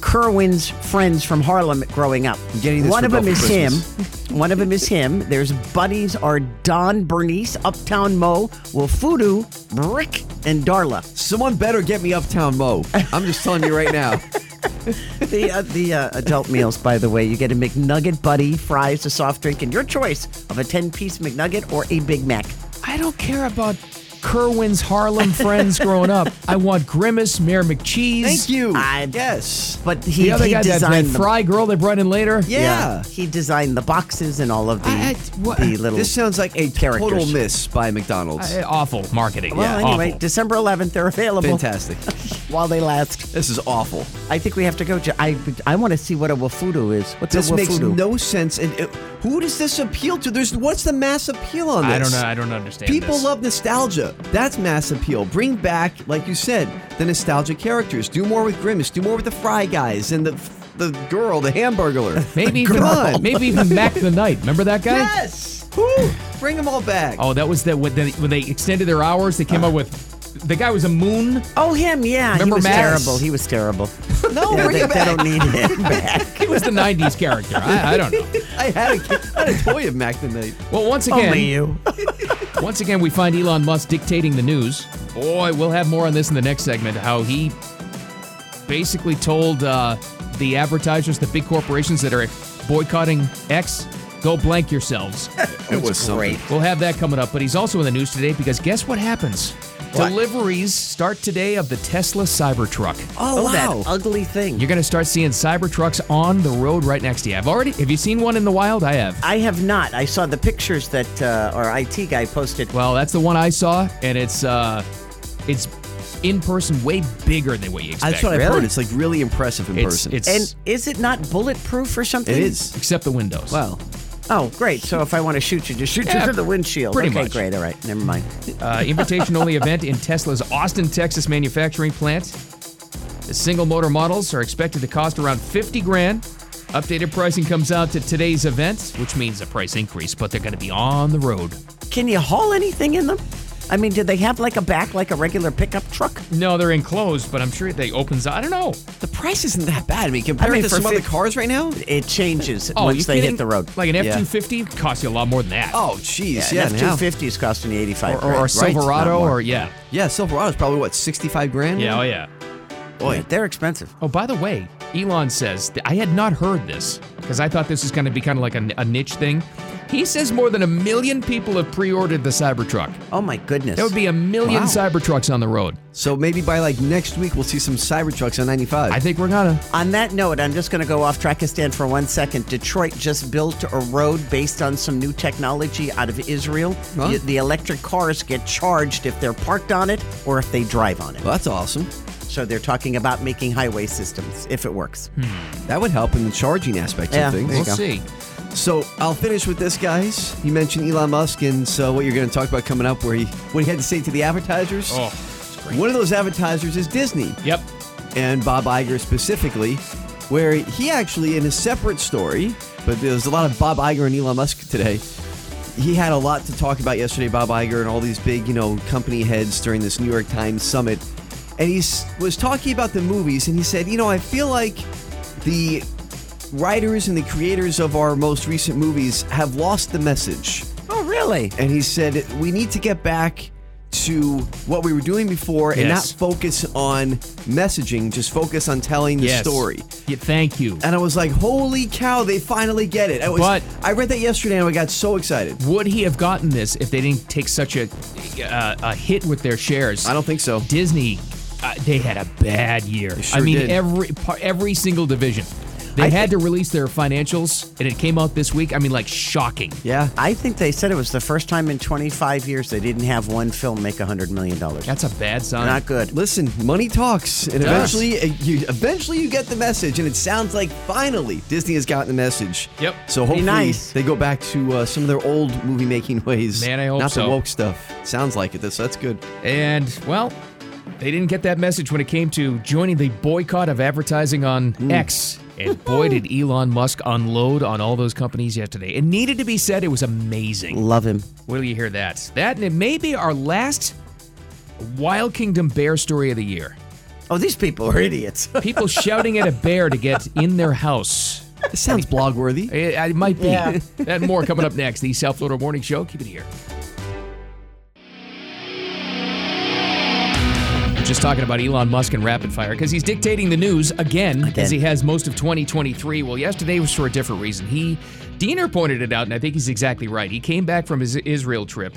Speaker 3: Kerwin's friends from Harlem growing up.
Speaker 7: getting this
Speaker 3: One
Speaker 7: for
Speaker 3: of them
Speaker 7: Bill
Speaker 3: is
Speaker 7: for
Speaker 3: him. One of them is him. There's buddies are Don Bernice, Uptown Mo, Wafudu, Brick, and Darla.
Speaker 7: Someone better get me Uptown Mo. I'm just telling you right now.
Speaker 3: <laughs>
Speaker 7: <laughs>
Speaker 3: the uh, the uh, adult meals, by the way, you get a McNugget buddy, fries, a soft drink, and your choice of a ten piece McNugget or a Big Mac.
Speaker 2: I don't care about Kerwin's Harlem friends growing up. I want Grimace, Mayor McCheese.
Speaker 7: Thank you.
Speaker 3: I-
Speaker 7: yes.
Speaker 3: But he,
Speaker 2: The other
Speaker 3: he
Speaker 2: guy, that, that
Speaker 3: designed the
Speaker 2: fry girl they brought in later.
Speaker 7: Yeah.
Speaker 3: he designed the boxes and all of the
Speaker 7: I- I- what-
Speaker 3: the little.
Speaker 7: this sounds like a total
Speaker 3: characters.
Speaker 7: miss by McDonald's.
Speaker 2: Uh, awful marketing.
Speaker 3: Well,
Speaker 2: yeah,
Speaker 3: anyway,
Speaker 2: awful.
Speaker 3: December 11th, they're available
Speaker 7: Fantastic.
Speaker 3: <laughs> while they last.
Speaker 7: this is awful.
Speaker 3: I think we have to go. Jo- I I want to see what a wafudu is. What's
Speaker 7: This
Speaker 3: a
Speaker 7: makes
Speaker 3: wafudu?
Speaker 7: no sense. And it, who does this appeal to? There's what's the mass appeal on this?
Speaker 2: I don't know. I don't understand.
Speaker 7: People
Speaker 2: this.
Speaker 7: love nostalgia. That's mass appeal. Bring back, like you said, the nostalgic characters. Do more with Grimace. Do more with the Fry Guys and the the girl, the Hamburglar.
Speaker 2: Maybe
Speaker 7: Come
Speaker 2: even,
Speaker 7: on.
Speaker 2: maybe even Mac the Knight. Remember that guy?
Speaker 7: yes. Woo. Bring them all back.
Speaker 2: Oh, that was that when they, when they extended their hours. They came up with the guy was a moon.
Speaker 3: Oh, him, yeah. he
Speaker 2: Remember
Speaker 3: was
Speaker 2: Max?
Speaker 3: terrible. He was terrible.
Speaker 7: <laughs> No,
Speaker 3: Yeah,
Speaker 7: bring
Speaker 3: they,
Speaker 7: it
Speaker 3: they
Speaker 7: back.
Speaker 3: don't need
Speaker 7: <laughs>
Speaker 3: him back.
Speaker 2: He was the '90s character. I, I don't know.
Speaker 7: I had a I had a toy of Mac the Knight.
Speaker 2: Well, once again,
Speaker 3: Only you.
Speaker 2: Once again, we find Elon Musk dictating the news. Boy, we'll have more on this in the next segment. How he basically told uh, the advertisers, the big corporations that are boycotting X, go blank yourselves.
Speaker 7: It was great.
Speaker 2: we'll have that coming up. But he's also in the news today because guess what happens? Deliveries start today of the Tesla Cybertruck.
Speaker 3: Oh,
Speaker 7: wow.
Speaker 3: that ugly thing.
Speaker 2: You're going to start seeing Cybertrucks on the road right next to you. I've already. Have you seen one in the wild? I have.
Speaker 3: I have not. I saw the pictures that uh, our IT guy posted.
Speaker 2: Well, that's the one I saw, and it's uh, it's in person, way bigger than what you expect.
Speaker 7: That's what I've
Speaker 3: Really?
Speaker 7: heard. It's like really impressive in
Speaker 2: It's,
Speaker 7: person.
Speaker 2: it's
Speaker 3: And is it not bulletproof or something?
Speaker 7: it is.
Speaker 2: except the windows.
Speaker 7: Wow.
Speaker 3: Oh, great. So if I want to shoot you, just shoot
Speaker 2: Yeah,
Speaker 3: you through the windshield.
Speaker 2: pretty
Speaker 3: okay,
Speaker 2: much.
Speaker 3: great. All right. Never mind.
Speaker 7: <laughs>
Speaker 2: Uh, invitation only event in Tesla's Austin, Texas manufacturing plant. The single motor models are expected to cost around 50 grand. Updated pricing comes out to today's event, which means a price increase, but they're going to be on the road.
Speaker 3: Can you haul anything in them? I mean, do they have like a back, like a regular pickup truck?
Speaker 2: No, they're enclosed, but I'm sure they opens. I don't know.
Speaker 7: The price isn't that bad. I mean, compared
Speaker 3: mean,
Speaker 7: to
Speaker 3: for
Speaker 7: some other
Speaker 3: fif-
Speaker 7: cars right now.
Speaker 3: It changes
Speaker 2: Oh, you
Speaker 3: once they
Speaker 2: kidding?
Speaker 3: hit the road.
Speaker 2: Like an F
Speaker 7: Yeah.
Speaker 2: 250 costs you a lot more than that.
Speaker 7: Oh, jeez.
Speaker 3: yeah,
Speaker 7: Yeah,
Speaker 3: F
Speaker 7: now.
Speaker 3: two fifty is costing you eighty five.
Speaker 2: or, or a Silverado, or yeah.
Speaker 7: Yeah, Silverado's probably what sixty-five grand.
Speaker 2: Yeah, oh, yeah.
Speaker 7: Boy.
Speaker 3: they're expensive.
Speaker 2: Oh, by the way, Elon says, I had not heard this because I thought this was going to be kind of like a, a niche thing. He says more than a million people have pre ordered the Cybertruck.
Speaker 3: Oh my goodness.
Speaker 2: There would be a million
Speaker 7: Wow.
Speaker 2: Cybertrucks on the road.
Speaker 7: So maybe by like next week we'll see some Cybertrucks on 95.
Speaker 2: I think we're going to.
Speaker 3: On that note, I'm just going to go off Trackistan for one second. Detroit just built a road based on some new technology out of Israel.
Speaker 7: Huh?
Speaker 3: The, the electric cars get charged if they're parked on it or if they drive on it.
Speaker 7: well, that's awesome.
Speaker 3: So they're talking about making highway systems if it works.
Speaker 7: That would help in the charging aspect
Speaker 3: Yeah,
Speaker 7: of things.
Speaker 3: there
Speaker 2: We'll see.
Speaker 7: So I'll finish with this, guys. You mentioned Elon Musk, and so what you're going to talk about coming up, where he what he had to say to the advertisers.
Speaker 2: Oh, that's great.
Speaker 7: One of those advertisers is Disney,
Speaker 2: Yep.
Speaker 7: and Bob Iger specifically, where he actually, in a separate story, but there was a lot of Bob Iger and Elon Musk today. He had a lot to talk about yesterday, Bob Iger, and all these big, you know, company heads during this New York Times summit. And he s- was talking about the movies, and he said, you know, I feel like the writers and the creators of our most recent movies have lost the message.
Speaker 3: Oh, really?
Speaker 7: And he said, we need to get back to what we were doing before and
Speaker 2: Yes.
Speaker 7: not focus on messaging, just focus on telling the
Speaker 2: Yes.
Speaker 7: story.
Speaker 2: Yeah, thank you.
Speaker 7: And I was like, holy cow, they finally get it. I, was,
Speaker 2: But-
Speaker 7: I read that yesterday and I got so excited.
Speaker 2: Would he have gotten this if they didn't take such a uh, a hit with their shares?
Speaker 7: I don't think so.
Speaker 2: Disney, uh, they had a bad year.
Speaker 7: sure
Speaker 2: I mean,
Speaker 7: did.
Speaker 2: every par- every single division, they had to release their financials, and it came out this week. I mean, like shocking.
Speaker 7: Yeah.
Speaker 3: I think they said it was the first time in 25 years they didn't have one film make $100 million.
Speaker 2: That's a bad sign.
Speaker 3: Not good.
Speaker 7: Listen, money talks, and
Speaker 2: does.
Speaker 7: eventually, uh, you eventually you get the message, and it sounds like finally Disney has gotten the message.
Speaker 2: Yep.
Speaker 7: So hopefully
Speaker 3: nice.
Speaker 7: they go back to uh, some of their old movie making ways.
Speaker 2: Man, I hope
Speaker 7: not
Speaker 2: so.
Speaker 7: the woke stuff. Sounds like it. So that's good.
Speaker 2: And well, they didn't get that message when it came to joining the boycott of advertising on
Speaker 7: Hmm.
Speaker 2: X. And boy, did
Speaker 7: <laughs>
Speaker 2: Elon Musk unload on all those companies yesterday. It needed to be said. It was amazing.
Speaker 3: Love him.
Speaker 2: Will you hear that? That and it may be our last Wild Kingdom bear story of the year.
Speaker 3: Oh, these people are idiots.
Speaker 2: People shouting at a bear to get in their house.
Speaker 7: This sounds blog worthy.
Speaker 2: It, it might be. That <laughs> and more coming up next. The South Florida Morning Show. Keep it here. Just talking about Elon Musk and rapid fire because he's dictating the news again, as he has most of 2023. Well, yesterday was for a different reason. He, Diener pointed it out, and I think he's exactly right. He came back from his Israel trip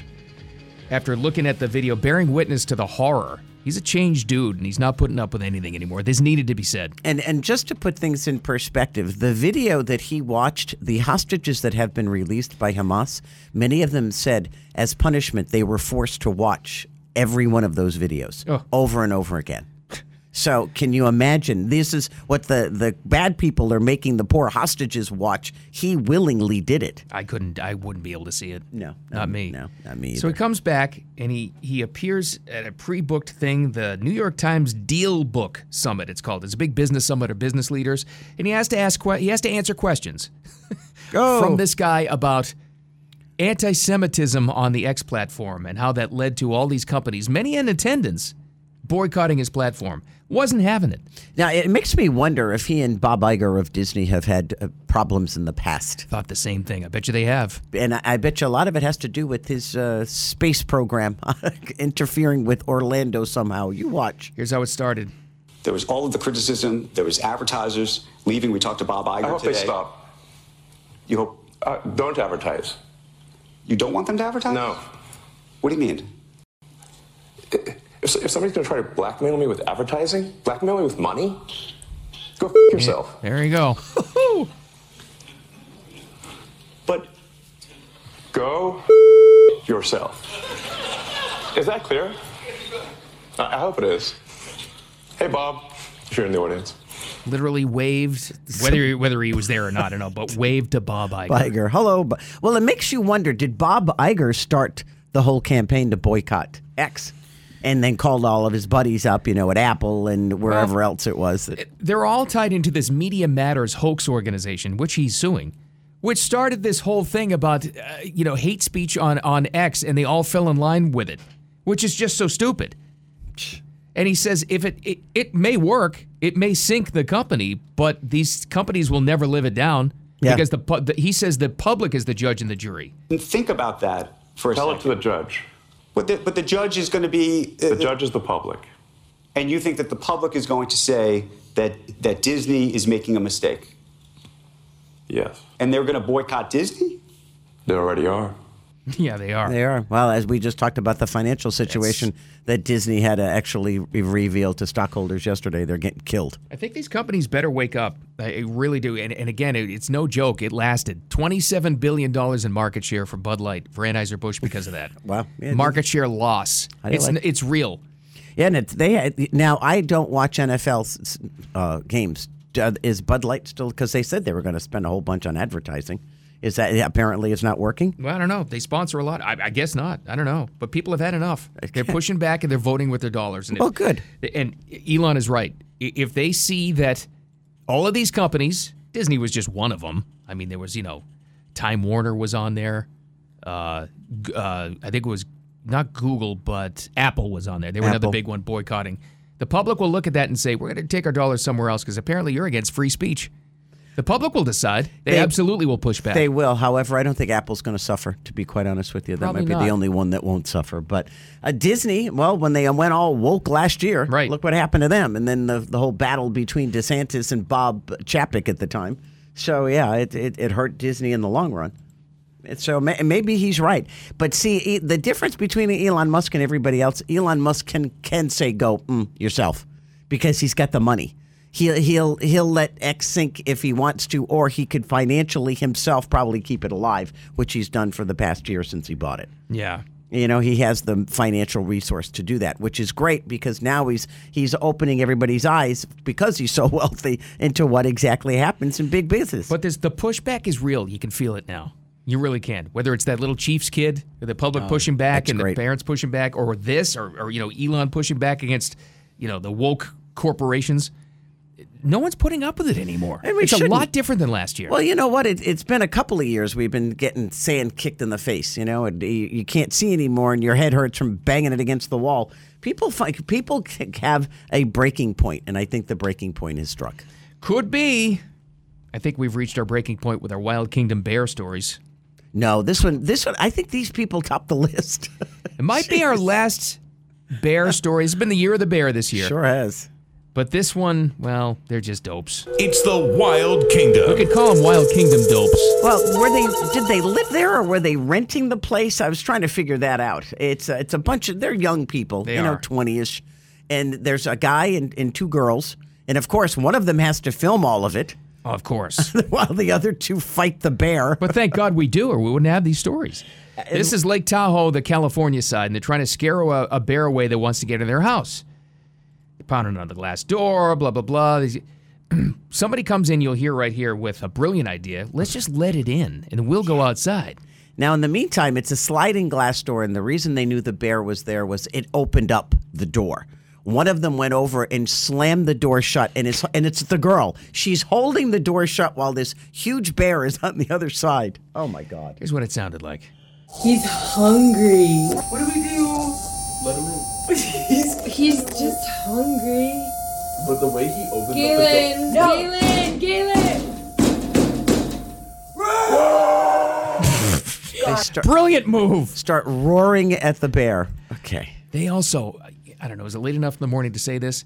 Speaker 2: after looking at the video, bearing witness to the horror. He's a changed dude, and he's not putting up with anything anymore. This needed to be said.
Speaker 3: And and just to put things in perspective, the video that he watched, the hostages that have been released by Hamas, many of them said as punishment they were forced to watch every one of those videos
Speaker 2: Oh.
Speaker 3: over and over again. So can you imagine? This is what the, the bad people are making the poor hostages watch. He willingly did it.
Speaker 2: I couldn't. I wouldn't be able to see it.
Speaker 3: No,
Speaker 2: not
Speaker 3: no,
Speaker 2: me.
Speaker 3: no, not me
Speaker 2: So he comes back and he he appears at a pre-booked thing, the New York Times Deal Book Summit. It's called. It's a big business summit of business leaders, and he has to ask que- he has to answer questions from this guy about anti-Semitism on the X platform and how that led to all these companies, many in attendance, boycotting his platform. Wasn't having it.
Speaker 3: Now it makes me wonder if he and Bob Iger of Disney have had uh, problems in the past.
Speaker 2: Thought the same thing. I bet you they have.
Speaker 3: and I, I bet you a lot of it has to do with his uh, space program <laughs> interfering with Orlando somehow. You watch.
Speaker 2: Here's how it started.
Speaker 9: There was all of the criticism. There was advertisers leaving. We talked to Bob Iger
Speaker 10: I hope
Speaker 9: today.
Speaker 10: they stop.
Speaker 9: You hope
Speaker 10: Uh, don't advertise.
Speaker 9: you don't want them to advertise?
Speaker 10: No.
Speaker 9: What do you mean?
Speaker 10: If, if somebody's going to try to blackmail me with advertising, blackmail me with money, go f- yourself.
Speaker 2: There you go. <laughs>
Speaker 10: But go f- yourself. Is that clear? I, I hope it is. Hey, Bob, if you're in the audience.
Speaker 2: literally waved whether whether he was there or not. I don't know, <laughs> but waved to Bob Iger.
Speaker 3: Iger, hello. Bo- Well, it makes you wonder did Bob Iger start the whole campaign to boycott X? And then called all of his buddies up, you know, at Apple and wherever else it was. that-
Speaker 2: They're all tied into this Media Matters hoax organization, which he's suing, which started this whole thing about uh, you know hate speech on on X, and they all fell in line with it, which is just so stupid. And he says if it, it it may work, it may sink the company, but these companies will never live it down
Speaker 3: Yeah.
Speaker 2: because the, pu- the he says the public is the judge and the jury. <laughs>
Speaker 9: And think about that for a
Speaker 10: Tell it
Speaker 9: second.
Speaker 10: to the judge.
Speaker 9: but, the, but the judge is going to be. uh,
Speaker 10: The judge is the public.
Speaker 9: and you think that the public is going to say that that Disney is making a mistake,
Speaker 10: Yes.
Speaker 9: and they're going to boycott Disney?
Speaker 10: They already are.
Speaker 2: yeah, they are.
Speaker 3: They are. Well, as we just talked about the financial situation that Disney had to actually re- reveal to stockholders yesterday, they're getting killed.
Speaker 2: I think these companies better wake up. I I really do. And, and again, it, it's no joke. It lasted $27 billion in market share for Bud Light, for Anheuser-Busch because of that.
Speaker 3: <laughs> Wow. Yeah,
Speaker 2: market share loss.
Speaker 3: do you
Speaker 2: It's,
Speaker 3: like-
Speaker 2: n- it's real.
Speaker 3: Yeah, and it, they had, now I don't watch NFL uh, games. Uh, Is Bud Light still? Because they said they were going to spend a whole bunch on advertising. Is that apparently it's not working?
Speaker 2: Well, I don't know. They sponsor a lot. I, I guess not. I don't know. But people have had
Speaker 3: <laughs>
Speaker 2: enough. They're pushing back and they're voting with their dollars. And
Speaker 3: Well, Oh, good.
Speaker 2: And Elon is right. I- If they see that all of these companies, Disney was just one of them. I mean, there was you know, Time Warner was on there. Uh, g- uh, I think it was not Google, but Apple was on there. They were another
Speaker 3: Apple.
Speaker 2: big one boycotting. The public will look at that and say, "We're going to take our dollars somewhere else," because apparently you're against free speech. The public will decide. They,
Speaker 3: They-
Speaker 2: absolutely will push back.
Speaker 3: They will. However, I don't think Apple's going to suffer. To be quite honest with you, that
Speaker 2: Probably
Speaker 3: might be
Speaker 2: not.
Speaker 3: the only one that won't suffer. But uh, Disney, well, when they went all woke last year,
Speaker 2: Right.
Speaker 3: Look what happened to them, and then the the whole battle between DeSantis and Bob Chapek at the time. So yeah, it it, it hurt Disney in the long run. And So ma- maybe he's right, but see e- the difference between Elon Musk and everybody else. Elon Musk can can say go mm, yourself because he's got the money. He'll he'll he'll let X sink if he wants to, or he could financially himself probably keep it alive, which he's done for the past year since he bought it.
Speaker 2: yeah.
Speaker 3: You know, he has the financial resource to do that, which is great because now he's he's opening everybody's eyes because he's so <laughs> wealthy into what exactly happens in big business.
Speaker 2: But this, the pushback is real. You can feel it now. You really can. Whether it's that little Chiefs kid, or the public pushing back,
Speaker 3: Oh, that's
Speaker 2: and
Speaker 3: great.
Speaker 2: the parents pushing back, or this, or, or you know Elon pushing back against you know the woke corporations. No one's putting up with it anymore.
Speaker 3: And we
Speaker 2: it's
Speaker 3: shouldn't.
Speaker 2: a lot different than last year.
Speaker 3: Well, you know what? It, it's been a couple of years we've been getting sand kicked in the face. You know, and you, you can't see anymore, and your head hurts from banging it against the wall. People find, people c- have a breaking point, and I think the breaking point is struck.
Speaker 2: Could be. I think we've reached our breaking point with our Wild Kingdom bear stories.
Speaker 3: No, this one, this one, I think these people top the list. <laughs>
Speaker 2: It might be our last bear story. It's been the year of the bear this year.
Speaker 3: sure has.
Speaker 2: But this one, well, they're just dopes.
Speaker 1: It's the Wild
Speaker 2: We
Speaker 1: Kingdom.
Speaker 2: could call them Wild Kingdom dopes.
Speaker 3: Well, were they? Did they live there, or were they renting the place? I was trying to figure that out. It's a, it's a bunch of they're young people,
Speaker 2: They
Speaker 3: you know,
Speaker 2: are.
Speaker 3: twenty-ish, and there's a guy and, and two girls, and of course, one of them has to film all of it <laughs>
Speaker 2: Of course.
Speaker 3: while the other two fight the bear.
Speaker 2: But thank God we do, or we wouldn't have these stories. This is Lake Tahoe, the California side, and they're trying to scare a, a bear away that wants to get in their house. They're pounding on the glass door, blah, blah, blah. These- <clears throat> Somebody comes in, you'll hear right here, with a brilliant idea. Let's just let it in, and we'll go outside.
Speaker 3: Now, in the meantime, it's a sliding glass door, and the reason they knew the bear was there was it opened up the door. One of them went over and slammed the door shut, and it's and it's the girl. She's holding the door shut while this huge bear is on the other side. Oh my God.
Speaker 2: Here's what it sounded like.
Speaker 11: He's hungry. What do we do? Let him in. he's, he's just hungry. But the way he opens Galen, Galen, Galen.
Speaker 3: They start,
Speaker 2: Brilliant move.
Speaker 3: start roaring at the bear. Okay.
Speaker 2: They also, I don't know, is it late enough in the morning to say this?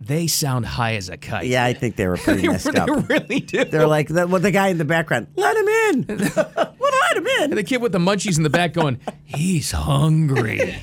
Speaker 2: They sound high as a kite.
Speaker 3: Yeah,
Speaker 2: <laughs>
Speaker 3: I think <laughs> they were pretty
Speaker 2: they,
Speaker 3: messed
Speaker 2: they
Speaker 3: up.
Speaker 2: really do.
Speaker 3: They're like the, well, the guy in the background. Let him in. <laughs> well, let him in.
Speaker 2: and the kid with the munchies in the back going, he's
Speaker 3: <laughs>
Speaker 2: hungry.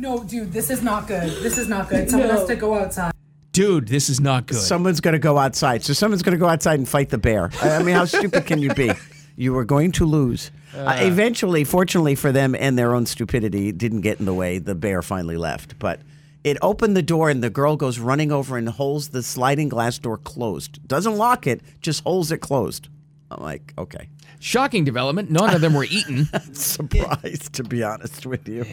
Speaker 12: No, dude, this is not good. This is not good. Someone has to go outside.
Speaker 2: Dude, this is not good.
Speaker 3: Someone's going to go outside. So someone's going to go outside and fight the bear. I I mean, how stupid can you be? You were going to lose. Uh, eventually, fortunately for them and their own stupidity, it didn't get in the way. The bear finally left, but it opened the door, and the girl goes running over and holds the sliding glass door closed. Doesn't lock it, just holds it closed. I'm like, okay.
Speaker 2: Shocking development. None of them were
Speaker 3: <laughs>
Speaker 2: eaten.
Speaker 3: surprised, to be honest with you.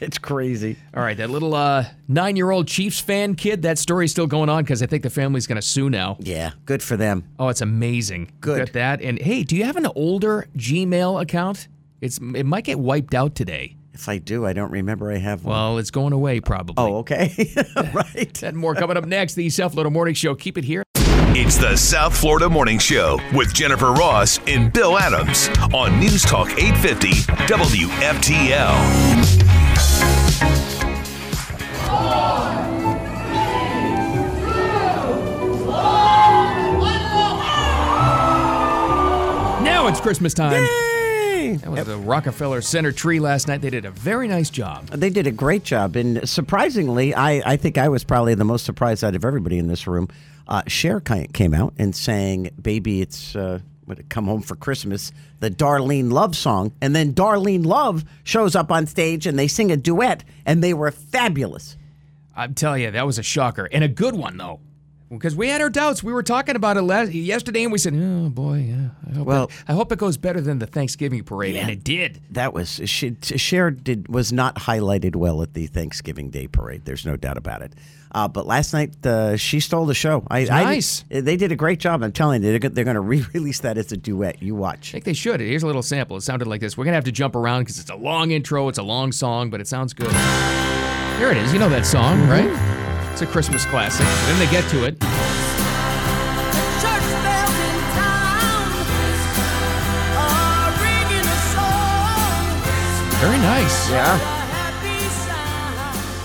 Speaker 3: It's crazy.
Speaker 2: All right, that little uh, nine-year-old Chiefs fan kid. That story's still going on because I think the family's going to sue now.
Speaker 3: Yeah, good for them.
Speaker 2: Oh, it's amazing.
Speaker 3: Good.
Speaker 2: Got that. And hey, do you have an older Gmail account? It's it might get wiped out today.
Speaker 3: If I do, I don't remember I have one.
Speaker 2: Well, it's going away probably.
Speaker 3: Oh, okay. <laughs> right.
Speaker 2: And more coming up next. The South Florida Morning Show. Keep it here.
Speaker 1: It's the South Florida Morning Show with Jennifer Ross and Bill Adams on News Talk 850 WFTL.
Speaker 2: Now it's Christmas time.
Speaker 3: Yay!
Speaker 2: That was the Rockefeller Center tree last night. They did a very nice job.
Speaker 3: They did a great job. And surprisingly, I, I think I was probably the most surprised out of everybody in this room. Uh, Cher ki- came out and sang, Baby, it's uh, would come home for Christmas, the Darlene Love song, and then Darlene Love shows up on stage and they sing a duet, and they were fabulous.
Speaker 2: I'm telling you, that was a shocker and a good one though, because we had our doubts. We were talking about it last yesterday, and we said, "Oh boy, yeah, I hope
Speaker 3: Well-
Speaker 2: it, I hope it goes better than the Thanksgiving parade," and it did.
Speaker 3: That was she. Cher did was not highlighted well at the Thanksgiving Day parade. There's no doubt about it. Uh, but last night uh, she stole the show. I, I-
Speaker 2: Nice.
Speaker 3: they did a great job. I'm telling you, they're, go- they're going to <laughs> re-release that as a duet. You watch.
Speaker 2: I think they should. Here's a little sample. It sounded like this. We're gonna have to jump around because it's a long intro. It's a long song, but it sounds good. There it is. You know that song,
Speaker 3: Mm-hmm.
Speaker 2: right? It's a Christmas classic. Then they get to it. Very nice.
Speaker 3: Yeah.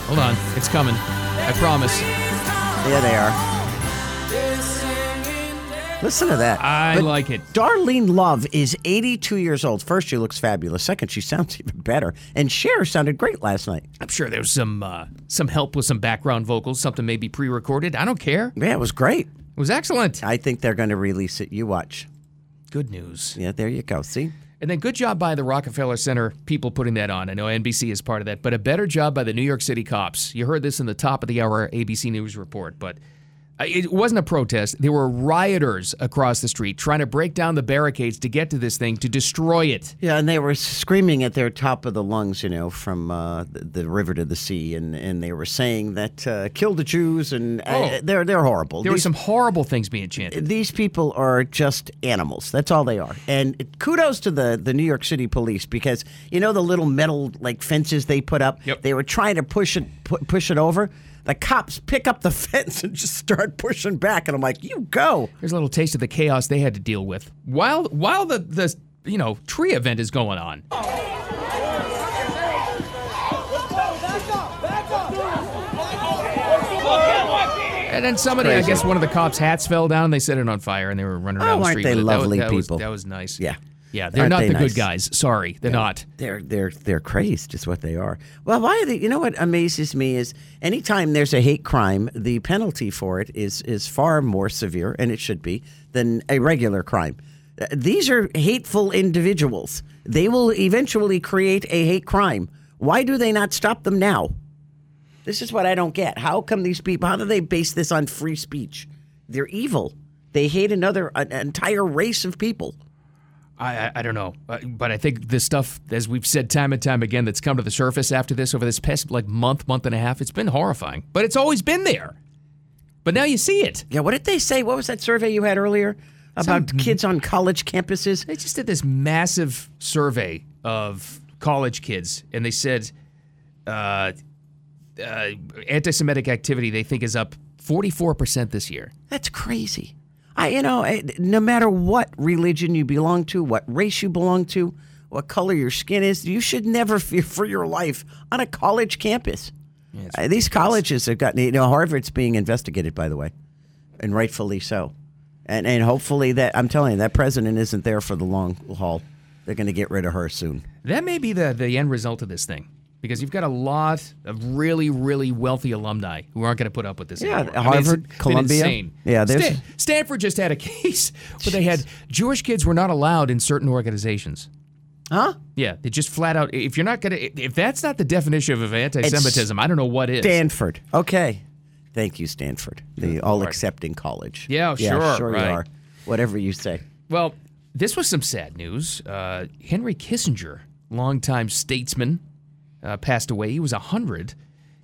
Speaker 2: Hold on, it's coming. I promise.
Speaker 3: Yeah, they are. Listen to that.
Speaker 2: I
Speaker 3: But
Speaker 2: like it.
Speaker 3: Darlene Love is 82 years old. First, she looks fabulous. Second, she <laughs> sounds even better. And Cher sounded great last night.
Speaker 2: I'm sure there's some uh, some help with some background vocals, something maybe pre-recorded. I don't care.
Speaker 3: Yeah, it was great.
Speaker 2: It was excellent.
Speaker 3: I think they're going to release it. You watch.
Speaker 2: Good news.
Speaker 3: Yeah, there you go. See?
Speaker 2: And then good job by the Rockefeller Center people putting that on. I know NBC is part of that, but a better job by the New York City cops. You heard this in the top of the hour ABC News report, but uh, it wasn't a protest. There were rioters across the street trying to break down the barricades to get to this thing to destroy it.
Speaker 3: Yeah, and they were screaming at their top of the lungs, you know, from uh, the, the river to the sea, and, and they were saying that uh, kill the Jews, and uh,
Speaker 2: Oh.
Speaker 3: they're they're horrible.
Speaker 2: There were
Speaker 3: These-
Speaker 2: some horrible things being chanted.
Speaker 3: these people are just animals. That's all they are. And kudos to the, the New York City police because you know the little metal like fences they put up. They were trying to push it pu- push it over. The cops pick up the <laughs> fence and just start pushing back. And I'm like, you go.
Speaker 2: Here's a little taste of the chaos they had to deal with while while the the you know tree event is going on. And then somebody, I
Speaker 3: Crazy.
Speaker 2: guess one of the cops' hats fell down. and They set it on fire, and they were running
Speaker 3: Oh,
Speaker 2: down the
Speaker 3: aren't
Speaker 2: street.
Speaker 3: they
Speaker 2: with it. That was-
Speaker 3: lovely
Speaker 2: that was-
Speaker 3: people?
Speaker 2: that was nice.
Speaker 3: Yeah.
Speaker 2: yeah, they're
Speaker 3: Aren't
Speaker 2: not
Speaker 3: they
Speaker 2: the
Speaker 3: nice?
Speaker 2: good guys. Sorry, they're not.
Speaker 3: They're they're they're crazed is what they are. Well, why are they you know what amazes me is anytime there's a hate crime, the penalty for it is is far more severe, and it should be, than a regular crime. Uh, These are hateful individuals. They will eventually create a hate crime. Why do they not stop them now? This is what I don't get. How come these people? How do they base this on free speech? They're evil. They hate another an entire race of people.
Speaker 2: I, I, I don't know, Uh, but I think this stuff, as we've said time and time again, that's come to the surface after this over this past like month, month and a half. It's been horrifying, but it's always been there. But now you see it.
Speaker 3: Yeah, what did they say? What was that survey you had earlier about kids on college campuses?
Speaker 2: They just did this massive survey of college kids, and they said uh, uh, anti-Semitic activity they think is up 44% this year.
Speaker 3: That's crazy. I, you know, I- no matter what religion you belong to, what race you belong to, what color your skin is, you should never fear for your life on a college campus. Uh, these colleges have gotten, you know, Harvard's being investigated, by the way, and rightfully so. And and hopefully that I'm telling you that president isn't there for the long haul. They're going to get rid of her soon.
Speaker 2: That may be the, the end result of this thing. Because you've got a lot of really, really wealthy alumni who aren't going to put up with this.
Speaker 3: Yeah,
Speaker 2: anymore.
Speaker 3: Harvard,
Speaker 2: been
Speaker 3: Columbia.
Speaker 2: insane.
Speaker 3: Yeah, there's-
Speaker 2: Stan- Stanford just had a <laughs> case where they had Jewish kids were not allowed in certain organizations.
Speaker 3: Huh?
Speaker 2: Yeah, they just flat out. If you're not gonna, if that's not the definition of anti-Semitism, I don't know what is.
Speaker 3: Stanford. Okay. Thank you, Stanford. The all accepting college.
Speaker 2: Yeah, sure,
Speaker 3: sure
Speaker 2: right.
Speaker 3: you are. Whatever you say.
Speaker 2: Well, this was some sad news. Uh, Henry Kissinger, longtime statesman, uh, passed away. He was 100.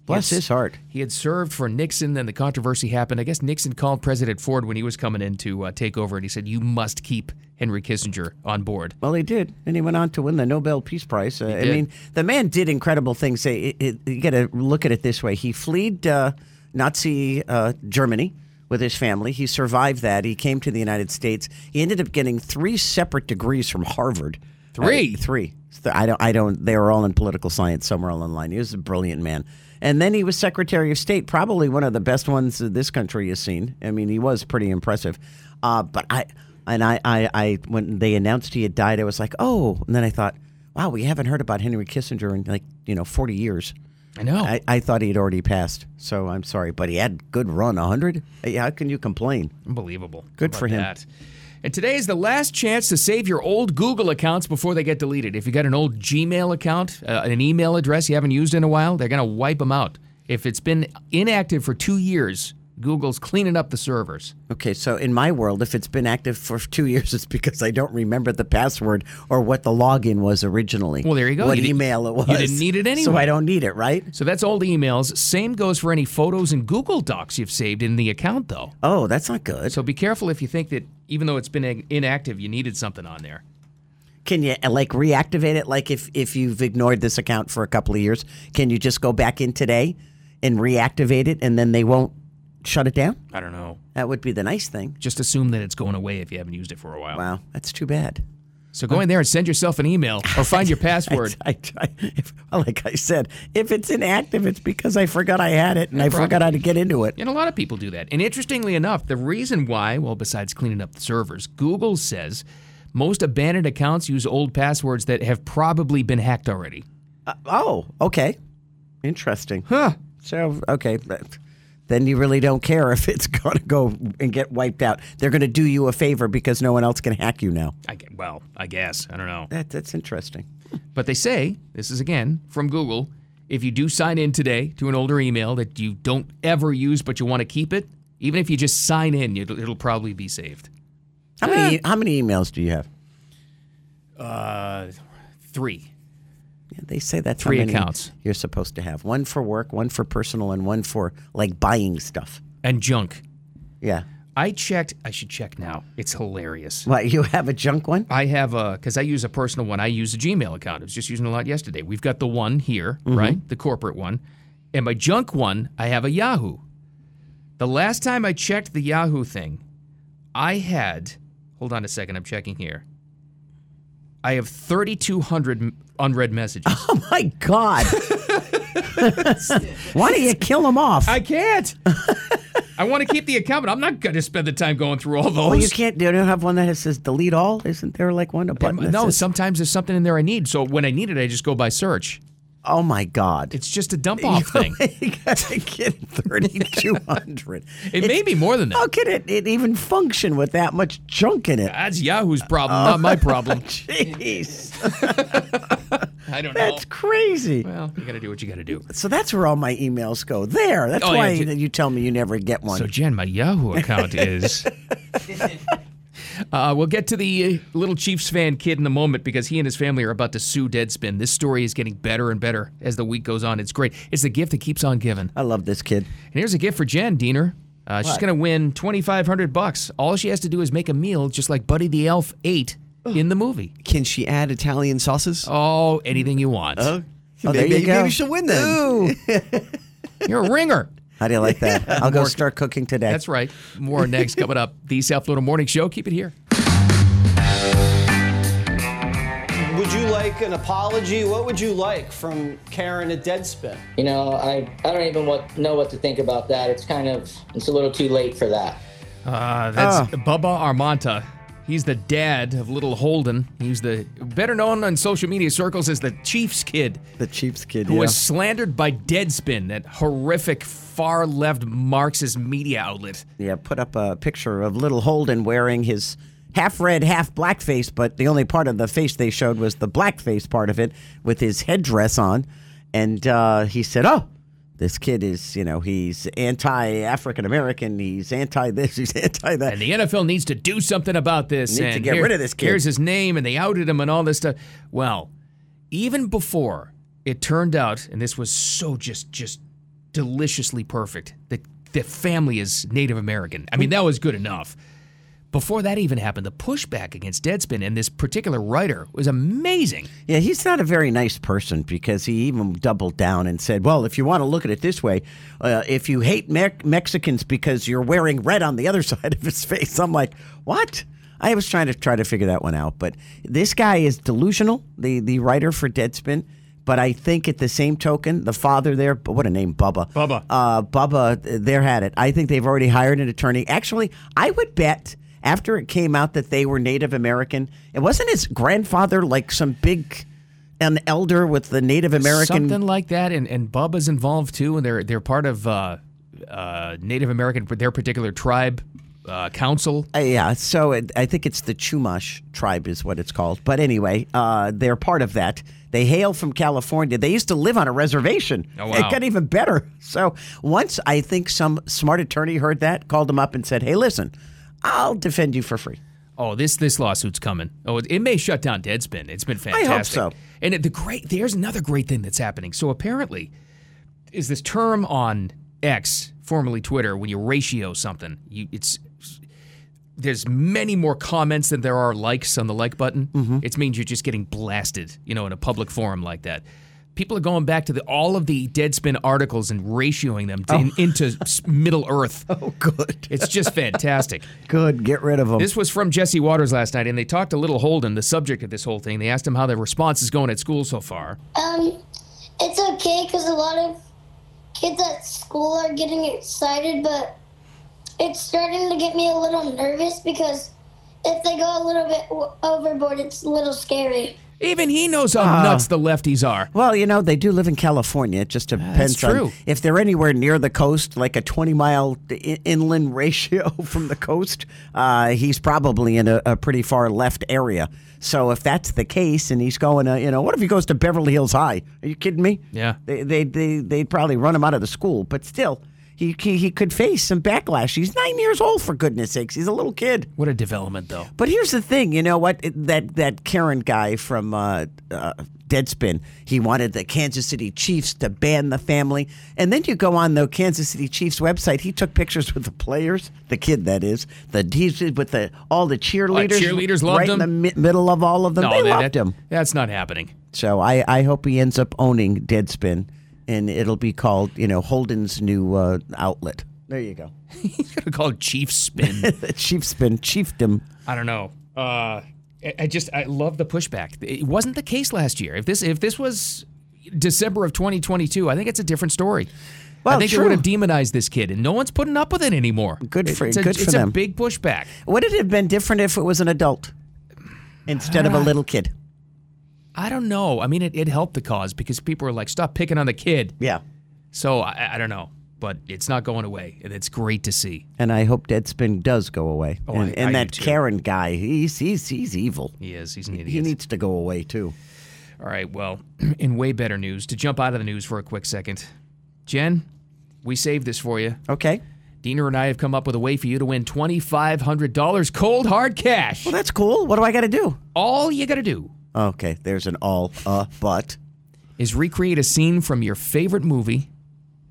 Speaker 3: Bless
Speaker 2: He had-
Speaker 3: his heart.
Speaker 2: He had served for Nixon, then the controversy happened. I guess Nixon called President Ford when he was coming in to uh, take over, and he said, You must keep Henry Kissinger on board.
Speaker 3: Well, he did, and he went on to win the Nobel Peace Prize. Uh, I
Speaker 2: did.
Speaker 3: mean, the man did incredible things. It- it- you got to look at it this way: he fled uh, Nazi uh, Germany with his family. He survived that. He came to the United States. He ended up getting three separate degrees from Harvard.
Speaker 2: Three?
Speaker 3: Uh, three. So I don't. I don't. They were all in political science somewhere online. He was a brilliant man. And then he was Secretary of State, probably one of the best ones that this country has seen. I mean, he was pretty impressive. Uh, but I and I, I, I when they announced he had died, I was like, oh. And then I thought, wow, we haven't heard about Henry Kissinger in like you know forty years.
Speaker 2: I know.
Speaker 3: I, I thought he had already passed. So I'm sorry, but he had good run, hundred. How can you complain?
Speaker 2: Unbelievable.
Speaker 3: Good
Speaker 2: How
Speaker 3: for
Speaker 2: about
Speaker 3: him.
Speaker 2: That. And today is the last chance to save your old Google accounts before they get deleted. If you got an old Gmail account, uh, an email address you haven't used in a while, they're going to wipe them out. If it's been inactive for two years, Google's cleaning up the servers.
Speaker 3: Okay, so in my world, if it's been active for <laughs> two years, it's because I don't remember the password or what the login was originally.
Speaker 2: Well, there you go.
Speaker 3: What
Speaker 2: You didn't-
Speaker 3: email it was.
Speaker 2: You didn't need it anyway.
Speaker 3: So I don't need it, right?
Speaker 2: So that's old emails. Same goes for any photos and Google Docs you've saved in the account, though.
Speaker 3: Oh, that's not good.
Speaker 2: So be careful if you think that even though it's been in- inactive, you needed something on there.
Speaker 3: Can you uh, like reactivate it? Like if if you've ignored this account for a couple of years, can you just go back in today and reactivate it, and then they won't shut it down?
Speaker 2: I don't know.
Speaker 3: That would be the nice thing.
Speaker 2: Just assume that it's going away if you haven't used it for a while.
Speaker 3: Wow, that's too bad.
Speaker 2: So go in there and send yourself an email or find your password.
Speaker 3: <laughs> I, I, if, like I said, if it's inactive, it's because I forgot I had it and I forgot how to get into it.
Speaker 2: And a lot of people do that. And interestingly enough, the reason why, well, besides cleaning up the servers, Google says most abandoned accounts use old passwords that have probably been hacked already.
Speaker 3: Oh, okay. Interesting.
Speaker 2: Huh.
Speaker 3: So, okay. Then you really don't care <laughs> if it's going to go and get wiped out. They're going to do you a favor because no one else can hack you now.
Speaker 2: I, gue- well, I guess. I don't know.
Speaker 3: That, that's interesting.
Speaker 2: But they say, this is again from Google, if you do sign in today to an older email that you don't ever use but you want to keep it, even if you just sign in, it'll, it'll probably be saved.
Speaker 3: How many e, how many emails do you have?
Speaker 2: Uh, three.
Speaker 3: Yeah, they say that's
Speaker 2: Three
Speaker 3: how many
Speaker 2: accounts.
Speaker 3: you're supposed to have. One for work, one for personal, and one for like buying stuff.
Speaker 2: And junk.
Speaker 3: Yeah.
Speaker 2: I checked. I should check now. It's hilarious.
Speaker 3: What, you have a junk one? <laughs>
Speaker 2: I have a because I use a personal one. I use a Gmail account. I was just using it a lot yesterday. We've got the one here,
Speaker 3: Mhm.
Speaker 2: right? The corporate one, and my junk one. I have a Yahoo. The last time I checked the Yahoo thing, I had. Hold on a second. I'm checking here. I have 3,200 unread messages.
Speaker 3: <laughs> Oh my God. <laughs> Why do you kill them off?
Speaker 2: I can't. <laughs> I want to keep the account, but I'm not going to spend the time going through all those.
Speaker 3: Well, you can't. They don't have one that says delete all. Isn't there like one a button? that
Speaker 2: no,
Speaker 3: says-
Speaker 2: sometimes there's something in there I need. So when I need it, I just go by search.
Speaker 3: Oh my God!
Speaker 2: It's just a dump off thing.
Speaker 3: <laughs> You gotta get thirty two hundred.
Speaker 2: <laughs> It may be more than that.
Speaker 3: <laughs> How can it, it even function with that much junk in it?
Speaker 2: That's Yahoo's problem, not my problem.
Speaker 3: <laughs> Jeez,
Speaker 2: <laughs> I don't know.
Speaker 3: that's crazy.
Speaker 2: Well, you got to do what you got to do.
Speaker 3: So that's where all my emails go. There. That's
Speaker 2: Oh, yeah,
Speaker 3: why
Speaker 2: J-
Speaker 3: you tell me you never get one.
Speaker 2: So, Jen, my Yahoo account is. Uh, we'll get to the uh, little Chiefs fan kid in a moment because he and his family are about to sue Deadspin. This story is getting better and better as the week goes on. It's great. It's the gift that keeps on giving.
Speaker 3: I love this kid.
Speaker 2: And here's a gift for Jen, Diener. Uh, she's
Speaker 3: What?
Speaker 2: going to win 2500 bucks. All she has to do is make a meal just like Buddy the Elf ate in the movie.
Speaker 7: Can she add Italian sauces?
Speaker 2: Oh, anything you want.
Speaker 3: Oh, there
Speaker 7: maybe,
Speaker 3: you go.
Speaker 7: maybe she'll win then.
Speaker 3: Ooh.
Speaker 2: You're a ringer.
Speaker 3: How do you like that? I'll go
Speaker 2: More-
Speaker 3: start cooking today.
Speaker 2: That's right. More next coming up. The South Florida Morning Show. Keep it here.
Speaker 5: Um, Would you like an apology? What would you like from Karen at Deadspin?
Speaker 6: You know, I, I don't even what, know what to think about that. It's kind of, it's a little too late for that.
Speaker 2: Uh, that's Bubba Armanta. He's the dad of little Holden. He's the better known on social media circles as the Chiefs kid,
Speaker 3: The Chiefs kid.
Speaker 2: who
Speaker 3: yeah.
Speaker 2: was slandered by Deadspin, that horrific far left Marxist media outlet.
Speaker 3: Yeah, put up a picture of little Holden wearing his half red, half black face, but the only part of the face they showed was the black face part of it with his headdress on. And uh, he said, Oh, this kid is, you know, he's anti African American, he's anti this, <laughs> he's anti that.
Speaker 2: And the NFL needs to do something about this.
Speaker 3: Need to
Speaker 2: and
Speaker 3: get rid of this kid.
Speaker 2: Here's his name, and they outed him and all this stuff. Well, even before it turned out, and this was so just just deliciously perfect. The the family is Native American. I mean, that was good enough. Before that even happened, the pushback against Deadspin and this particular writer was amazing.
Speaker 3: Yeah, he's not a very nice person because he even doubled down and said, "Well, if you want to look at it this way, uh, if you hate Me- Mexicans because you're wearing red on the other <laughs> side of his face," I'm like, "What?" I was trying to try to figure that one out, but this guy is delusional. The the writer for Deadspin. But I think at the same token, the father there, but what a name, Bubba. Bubba. Uh, Bubba, there had it. I think they've already hired an attorney. Actually, I would bet after it came out that they were Native American, it wasn't his grandfather like some big, an elder with the Native American.
Speaker 2: Something like that, and and Bubba's involved too, and they're they're part of uh, uh, Native American, their particular tribe uh, council.
Speaker 3: Uh, yeah, so it, I think it's the Chumash tribe is what it's called. But anyway, uh, they're part of that. They hail from California. They used to live on a reservation.
Speaker 2: Oh, wow.
Speaker 3: It got even better. So once I think some smart attorney heard that, called them up and said, "Hey, listen, I'll defend you for free."
Speaker 2: Oh, this this lawsuit's coming. Oh, it, it may shut down Deadspin. It's been
Speaker 3: hope
Speaker 2: fantastic.
Speaker 3: so.
Speaker 2: And it, the great there's another great thing that's happening. So apparently, is this term on X, formerly Twitter, when you ratio something, you it's there's many more comments than there are likes on the like button.
Speaker 3: Mm-hmm.
Speaker 2: It means you're just getting blasted, you know, in a public forum like that. People are going back to the, all of the Deadspin articles and ratioing them
Speaker 3: Oh.
Speaker 2: to, into s- Middle
Speaker 3: <laughs>
Speaker 2: Earth. Oh,
Speaker 3: good.
Speaker 2: It's just fantastic.
Speaker 3: Good, get rid of them.
Speaker 2: This was from Jesse Waters last night, and they talked to Little Holden, the subject of this whole thing. They asked him how their response is going at school so far.
Speaker 4: Um, it's okay because a lot of kids at school are getting excited, but it's starting to get me a little nervous because if they go a little bit w- overboard, it's a little scary.
Speaker 2: Even he knows how
Speaker 3: Ah.
Speaker 2: nuts the lefties are.
Speaker 3: Well, you know, they do live in California. It just depends
Speaker 2: true.
Speaker 3: on if they're anywhere near the coast, like a 20 mile i- inland <laughs> ratio from the coast, uh, he's probably in a, a pretty far left area. So if that's the case and he's going to, you know, what if he goes to Beverly Hills High? Are you kidding me?
Speaker 2: Yeah.
Speaker 3: They, they, they, they'd probably run him out of the school, but still. He, he, he could face some backlash. He's nine years old, for goodness sakes. He's a little kid.
Speaker 2: What a development, though.
Speaker 3: But here's the thing, you know what? It- That that Karen guy from uh, uh, Deadspin, he wanted the Kansas City Chiefs to ban the family, and then you go on the Kansas City Chiefs website. He took pictures with the players, the kid that is, the he's with the all the cheerleaders.
Speaker 2: cheerleaders loved
Speaker 3: right in the
Speaker 2: him?
Speaker 3: mi- middle of all of them. they
Speaker 2: that-
Speaker 3: loved
Speaker 2: that-
Speaker 3: him.
Speaker 2: That's not happening.
Speaker 3: So I I hope he ends up owning Deadspin, and it'll be called you know Holden's new uh, outlet. There you go. <laughs>
Speaker 2: Could have called Chief Spin.
Speaker 3: Chiefspin, chiefdom.
Speaker 2: <laughs> I don't know. Uh, I- I just I love the pushback. It wasn't the case last year. If this if this was December of 2022, I think it's a different story.
Speaker 3: Well,
Speaker 2: I think
Speaker 3: true.
Speaker 2: they would have demonized this kid, and no one's putting up with it anymore.
Speaker 3: Good for-
Speaker 2: it's a,
Speaker 3: good for
Speaker 2: it's a
Speaker 3: them.
Speaker 2: big pushback.
Speaker 3: Would it have been different if it was an adult instead
Speaker 2: Ah.
Speaker 3: of a little kid?
Speaker 2: I don't know. I mean, it, it helped the cause because people were like, "Stop picking on the kid."
Speaker 3: Yeah.
Speaker 2: So I, I don't know, but it's not going away, and it's great to see.
Speaker 3: And I hope Deadspin does go away.
Speaker 2: Oh,
Speaker 3: and
Speaker 2: I-
Speaker 3: and
Speaker 2: I
Speaker 3: that
Speaker 2: do too.
Speaker 3: Karen guy, he's he's he's evil.
Speaker 2: He is. He's an idiot.
Speaker 3: He needs to go away too.
Speaker 2: All right, well, <clears throat> in way better news, to jump out of the news for a quick second, Jen, we saved this for you.
Speaker 3: Okay.
Speaker 2: Diener and I have come up with a way for you to win $2,500 cold hard cash.
Speaker 3: Well, that's cool. What do I got to do?
Speaker 2: All you got to do
Speaker 3: Okay, there's an all uh but.
Speaker 2: is recreate a scene from your favorite movie,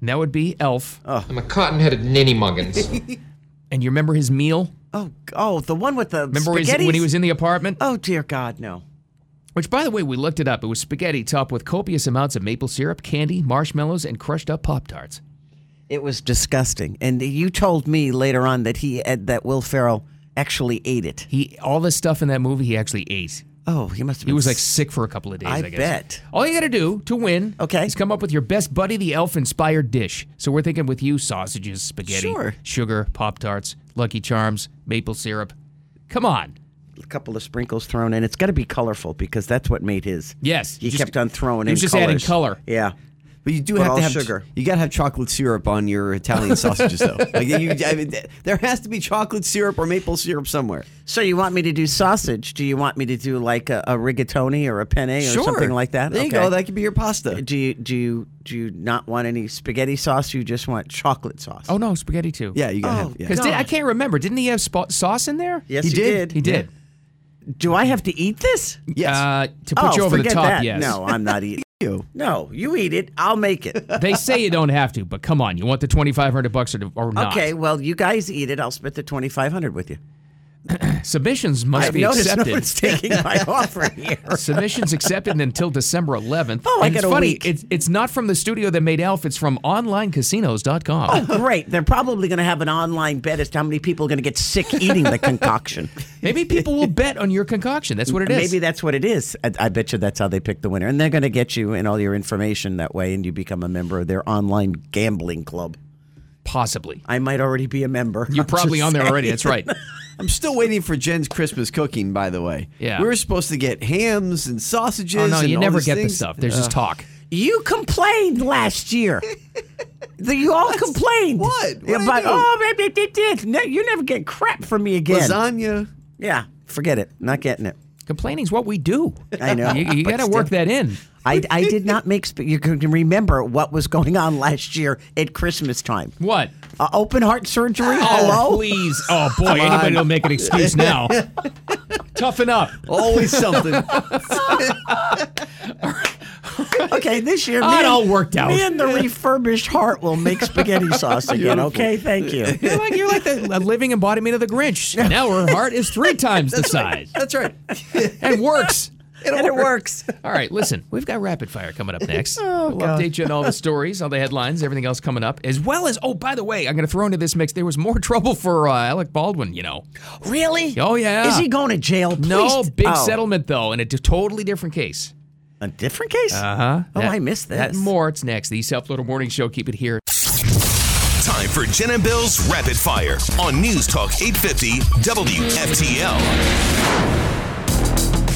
Speaker 2: and that would be Elf.
Speaker 13: I'm a cotton-headed ninny muggins.
Speaker 2: <laughs> And you remember his meal?
Speaker 3: Oh, g- oh, the one with the
Speaker 2: Remember his,
Speaker 3: spaghettis?
Speaker 2: when he was in the apartment?
Speaker 3: Oh dear God, no.
Speaker 2: Which, by the way, we looked it up. It was spaghetti topped with copious amounts of maple syrup, candy, marshmallows, and crushed up Pop Tarts.
Speaker 3: It was disgusting. And you told me later on that he had, that Will Ferrell actually ate it.
Speaker 2: He all this stuff in that movie he actually ate.
Speaker 3: Oh, he must have.
Speaker 2: He
Speaker 3: been
Speaker 2: was like
Speaker 3: s-
Speaker 2: sick for a couple of days. I,
Speaker 3: I
Speaker 2: guess.
Speaker 3: bet.
Speaker 2: All you got to do to win,
Speaker 3: Okay.
Speaker 2: is come up with your best buddy the elf inspired dish. So we're thinking with you sausages, spaghetti,
Speaker 3: Sure.
Speaker 2: sugar, pop tarts, Lucky Charms, maple syrup. Come on.
Speaker 3: a couple of sprinkles thrown in. It's got to be colorful because that's what made his.
Speaker 2: Yes,
Speaker 3: he
Speaker 2: just-
Speaker 3: kept on throwing
Speaker 2: he
Speaker 3: in.
Speaker 2: was just adding
Speaker 3: colors.
Speaker 2: color.
Speaker 3: Yeah,
Speaker 7: But you do
Speaker 3: But
Speaker 7: have
Speaker 3: all
Speaker 7: to have
Speaker 3: sugar.
Speaker 7: You gotta have chocolate syrup on your
Speaker 3: <laughs>
Speaker 7: Italian sausages, though. Like you, I mean, th- there has to be chocolate syrup or maple syrup somewhere.
Speaker 3: So you want me to do sausage? Do you want me to do like a, a rigatoni or a penne or
Speaker 7: Sure.
Speaker 3: something like that? Uh,
Speaker 7: There you go. That could be your pasta.
Speaker 3: do you do you do you not want any spaghetti sauce? You just want chocolate sauce.
Speaker 2: Oh no, spaghetti too.
Speaker 7: Yeah, you gotta
Speaker 3: Oh,
Speaker 7: have. Yeah.
Speaker 2: Because I can't remember. Didn't he have spa- sauce in there?
Speaker 3: yes,
Speaker 7: he
Speaker 3: you
Speaker 7: did.
Speaker 3: did.
Speaker 2: He did.
Speaker 3: Do I have to eat this?
Speaker 7: Yes.
Speaker 2: Uh, to put
Speaker 3: oh,
Speaker 2: you over the
Speaker 3: forget
Speaker 2: top,
Speaker 3: that.
Speaker 2: yes.
Speaker 3: No, I'm not
Speaker 2: <laughs>
Speaker 3: eating.
Speaker 7: you.
Speaker 3: No, you eat it. I'll make it.
Speaker 2: they say you don't have to, but come on, you want the twenty five hundred bucks or, or <laughs> not?
Speaker 3: Okay, well, you guys eat it. I'll split the twenty five hundred with you.
Speaker 2: Submissions must
Speaker 3: I've
Speaker 2: be
Speaker 3: noticed
Speaker 2: accepted.
Speaker 3: no one's taking my
Speaker 2: <laughs>
Speaker 3: offer here.
Speaker 2: Submissions accepted until December 11th.
Speaker 3: Oh, I
Speaker 2: And
Speaker 3: got
Speaker 2: it's
Speaker 3: a
Speaker 2: funny.
Speaker 3: week.
Speaker 2: It's it's not from the studio that made Elf. It's from OnlineCasinos.com.
Speaker 3: Great. They're probably going to have an online bet as to how many people are going to get sick eating the
Speaker 2: <laughs>
Speaker 3: concoction.
Speaker 2: Maybe people will bet on your concoction. That's what it is.
Speaker 3: Maybe that's what it is. I, I bet you that's how they pick the winner. And they're going to get you and all your information that way, and you become a member of their online gambling club.
Speaker 2: possibly.
Speaker 3: I might already be a member. <laughs>
Speaker 2: You're
Speaker 3: I'm
Speaker 2: probably
Speaker 3: just
Speaker 2: on there
Speaker 3: saying.
Speaker 2: already. That's right.
Speaker 7: I'm still waiting for Jen's Christmas cooking. By the way,
Speaker 2: Yeah.
Speaker 7: we were supposed to get hams and sausages.
Speaker 2: Oh no,
Speaker 7: and
Speaker 2: you
Speaker 7: all
Speaker 2: never
Speaker 7: these
Speaker 2: get the
Speaker 7: things.
Speaker 2: stuff. There's just talk. <laughs>
Speaker 3: You complained last year. The- You all complained. What?
Speaker 7: What'd I
Speaker 3: About,
Speaker 7: do?
Speaker 3: oh, baby, did this. No, you never get crap from me again.
Speaker 7: Lasagna.
Speaker 3: Yeah, forget it. Not getting it.
Speaker 2: Complaining is what we do.
Speaker 3: I know.
Speaker 2: You- you
Speaker 3: but
Speaker 2: gotta work
Speaker 3: still.
Speaker 2: that in.
Speaker 3: I, I did not make. Sp- you can remember what was going on last year at Christmas time.
Speaker 2: What?
Speaker 3: Uh, open heart surgery.
Speaker 2: Oh,
Speaker 3: Hello.
Speaker 2: please. Oh, boy.
Speaker 3: Come on.
Speaker 2: Anybody will make an excuse now. Toughen up.
Speaker 7: Always something.
Speaker 3: <laughs> okay, this year,
Speaker 2: It
Speaker 3: me and-
Speaker 2: all worked out.
Speaker 3: Me and the refurbished heart will make
Speaker 2: <laughs>
Speaker 3: spaghetti sauce again.
Speaker 2: Beautiful.
Speaker 3: Okay, thank you.
Speaker 2: You're like, you're like the a living embodiment of the Grinch. Now her heart is <laughs> three times the size.
Speaker 7: That's right.
Speaker 2: <laughs> It works.
Speaker 3: and it works.
Speaker 2: All right, listen, we've got rapid fire coming up <laughs> next.
Speaker 3: Oh,
Speaker 2: we'll
Speaker 3: God.
Speaker 2: update you on all the stories, all the headlines, everything else coming up, as well as oh, by the way, I'm going to throw into this mix. There was more <laughs> trouble for uh, Alec Baldwin, you know.
Speaker 3: Really?
Speaker 2: Oh yeah.
Speaker 3: Is he going to jail?
Speaker 2: No
Speaker 3: Please-
Speaker 2: big
Speaker 3: oh,
Speaker 2: settlement though, in a d- totally different case.
Speaker 3: A different case?
Speaker 2: Uh huh.
Speaker 3: Oh, I missed
Speaker 2: That and
Speaker 3: this.
Speaker 2: more. It's next. The South Florida Morning Show. Keep it here.
Speaker 1: Time for Jen and Bill's Rapid Fire on News Talk 850 WFTL.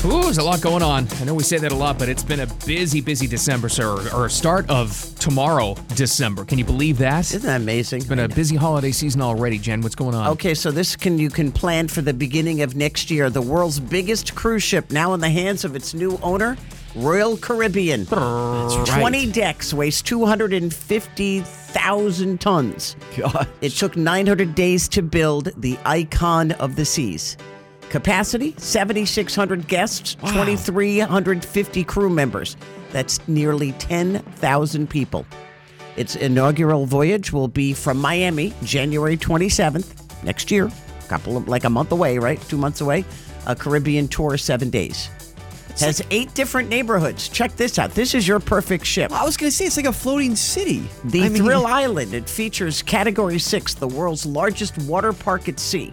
Speaker 2: Ooh, there's a lot going on. I know we say that a lot, but it's been a busy, busy December, sir, or start of tomorrow, December. Can you believe that? Isn't
Speaker 3: that amazing? It's
Speaker 2: been a busy holiday season already, Jen. What's going on?
Speaker 3: Okay, so this can you can plan for the beginning of next year. The world's biggest cruise ship now in the hands of its new owner, Royal Caribbean.
Speaker 7: right.
Speaker 3: 20 decks, weighs 250,000 tons.
Speaker 7: God.
Speaker 3: It took 900 days to build the icon of the seas. Capacity 7,600 guests, 2,350 crew members. That's nearly 10,000 people. Its inaugural voyage will be from Miami, January 27th next year. Couple of, like a month away, right? Two months away. A Caribbean tour, seven days. Has eight different neighborhoods. Check this out. This is your perfect ship.
Speaker 7: I was going to say it's like a floating city.
Speaker 3: The
Speaker 7: I mean-
Speaker 3: Thrill Island. It features Category Six, the world's largest water park at sea.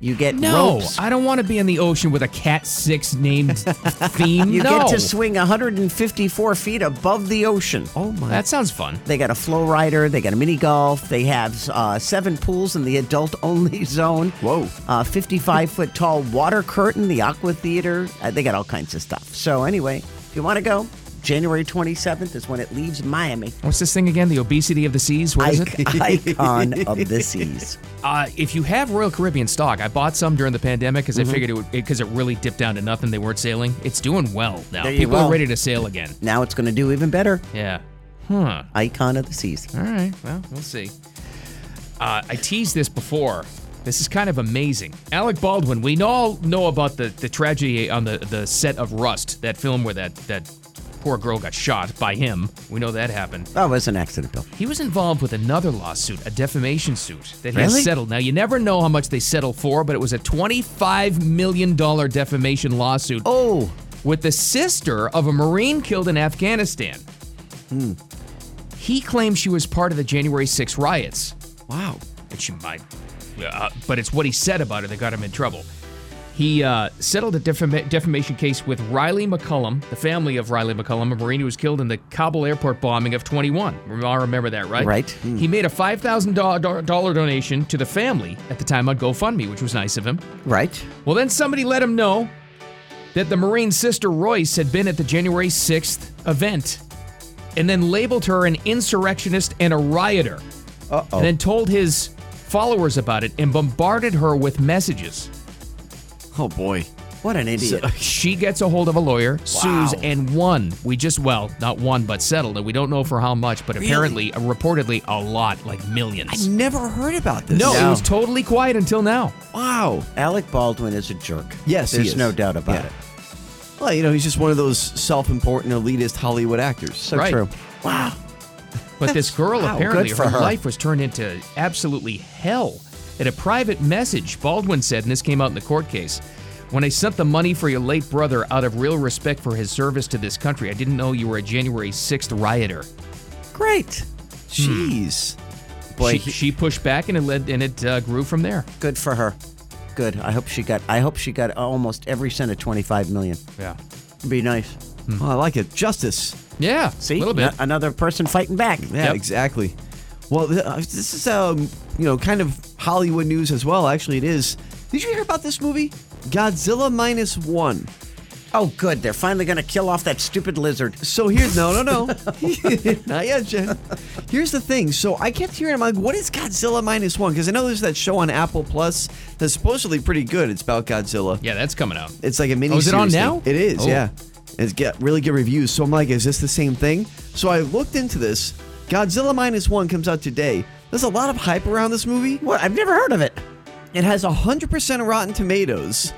Speaker 3: You get
Speaker 2: No,
Speaker 3: ropes.
Speaker 2: I don't want to be in the ocean with a Cat
Speaker 3: <laughs>
Speaker 2: Six named theme.
Speaker 3: You
Speaker 2: no.
Speaker 3: get to swing 154 feet above the ocean.
Speaker 7: Oh my!
Speaker 2: That sounds fun.
Speaker 3: They got a flow rider. They got a mini golf. They have uh, seven pools in the <laughs> adult-only zone.
Speaker 7: Whoa!
Speaker 3: Uh, 55 foot tall water curtain, the aqua theater. Uh, they got all kinds of stuff. So anyway, if you want to go, January 27th is when it leaves
Speaker 7: <laughs>
Speaker 3: Miami.
Speaker 2: What's this thing again? The obesity of the seas. What is it?
Speaker 3: Icon of the seas.
Speaker 2: Uh, if you have Royal Caribbean stock, I bought some during the pandemic because
Speaker 3: Mm-hmm.
Speaker 2: I figured it would because it, really dipped down to nothing. They weren't sailing. It's doing well now.
Speaker 3: There you
Speaker 2: People
Speaker 3: go.
Speaker 2: are ready to sail again.
Speaker 3: Now it's going to do even better.
Speaker 2: Yeah. Huh.
Speaker 3: Icon of the seas.
Speaker 2: All right. Well, we'll see. Uh, I teased this before. This is kind of amazing. Alec Baldwin. We all know about the, the tragedy on the, the set of Rust, that film where that, that poor girl got shot by him. We know that happened.
Speaker 3: That was an accident, Bill.
Speaker 2: He was involved with another lawsuit, a defamation suit that he has
Speaker 3: Really?
Speaker 2: settled. Now you never know how much they settle for, but it was a twenty-five million dollar defamation lawsuit.
Speaker 3: Oh,
Speaker 2: with the sister of a Marine killed in Afghanistan. He claims she was part of the January 6 riots,
Speaker 7: Wow.
Speaker 2: and she might, uh, but it's what he said about her that got him in trouble. He uh, settled a defam- defamation case with Riley McCullum, the family of Riley McCullum, a Marine who was killed in the Kabul airport bombing of 21. We all remember that, right?
Speaker 3: Right.
Speaker 2: He made a $5,000 dollar donation to the family at the time on GoFundMe, which was nice of him.
Speaker 3: Right.
Speaker 2: Well, then somebody let him know that the Marine sister Royce had been at the January 6th event and then labeled her an insurrectionist and a rioter.
Speaker 7: Uh-oh.
Speaker 2: And then told his followers about it and bombarded her with messages.
Speaker 7: Oh boy.
Speaker 3: What an idiot.
Speaker 2: She gets a hold of a lawyer, sues, and won. We just, well, not won, but settled. And we don't know for how much, but apparently, uh, reportedly, a lot, like millions.
Speaker 7: <laughs> Never heard about this.
Speaker 2: No, it
Speaker 3: No.
Speaker 2: was totally quiet until now.
Speaker 7: Wow.
Speaker 3: Alec Baldwin is a jerk.
Speaker 7: Yes, he
Speaker 3: There's
Speaker 7: is.
Speaker 3: no doubt about
Speaker 7: Yeah.
Speaker 3: it.
Speaker 7: Well, you know, he's just one of those self-important elitist Hollywood actors.
Speaker 3: So
Speaker 2: Right.
Speaker 3: true.
Speaker 2: But this girl
Speaker 7: Wow,
Speaker 2: apparently
Speaker 3: good
Speaker 2: her,
Speaker 3: for her.
Speaker 2: life was turned into absolutely hell. In a private message, Baldwin said, and this came out in the court case, when I sent the money for your late brother out of real respect for his service to this country, I didn't know you were a January 6th rioter.
Speaker 3: Great. Hmm.
Speaker 7: Jeez. Boy,
Speaker 2: She,
Speaker 7: he-
Speaker 2: she pushed back and it led and it uh, grew from there.
Speaker 3: Good for her. Good. I hope she got I hope she got almost every cent of 25 million. Hmm.
Speaker 2: Yeah.
Speaker 3: It'd be nice.
Speaker 7: oh, I like it. Justice.
Speaker 2: Yeah.
Speaker 3: See?
Speaker 2: A little bit.
Speaker 3: N- another person fighting back.
Speaker 7: Yeah,
Speaker 2: Yep.
Speaker 7: exactly. Well, th- uh, this is um, you know, kind of Hollywood news as well. Actually, it is. Did you hear about this movie, Godzilla minus one?
Speaker 3: Oh, good. They're finally going to kill off that stupid lizard.
Speaker 7: So here's no, no, <laughs> no. Not yet, Jen. Here's the thing. So I kept hearing, I'm like, what is Godzilla minus one? Because I know there's that show on Apple Plus that's supposedly pretty good. It's about Godzilla.
Speaker 2: Yeah, that's coming out.
Speaker 7: It's like a mini.
Speaker 2: Oh, is it on
Speaker 7: series
Speaker 2: now?
Speaker 7: thing. It is.
Speaker 2: Oh.
Speaker 7: Yeah. It's get really good reviews. So I'm like, is this the same thing? So I looked into this. Godzilla minus one comes out today. There's a lot of hype around this movie.
Speaker 3: What? I've never heard of it.
Speaker 7: It has 100% of Rotten Tomatoes.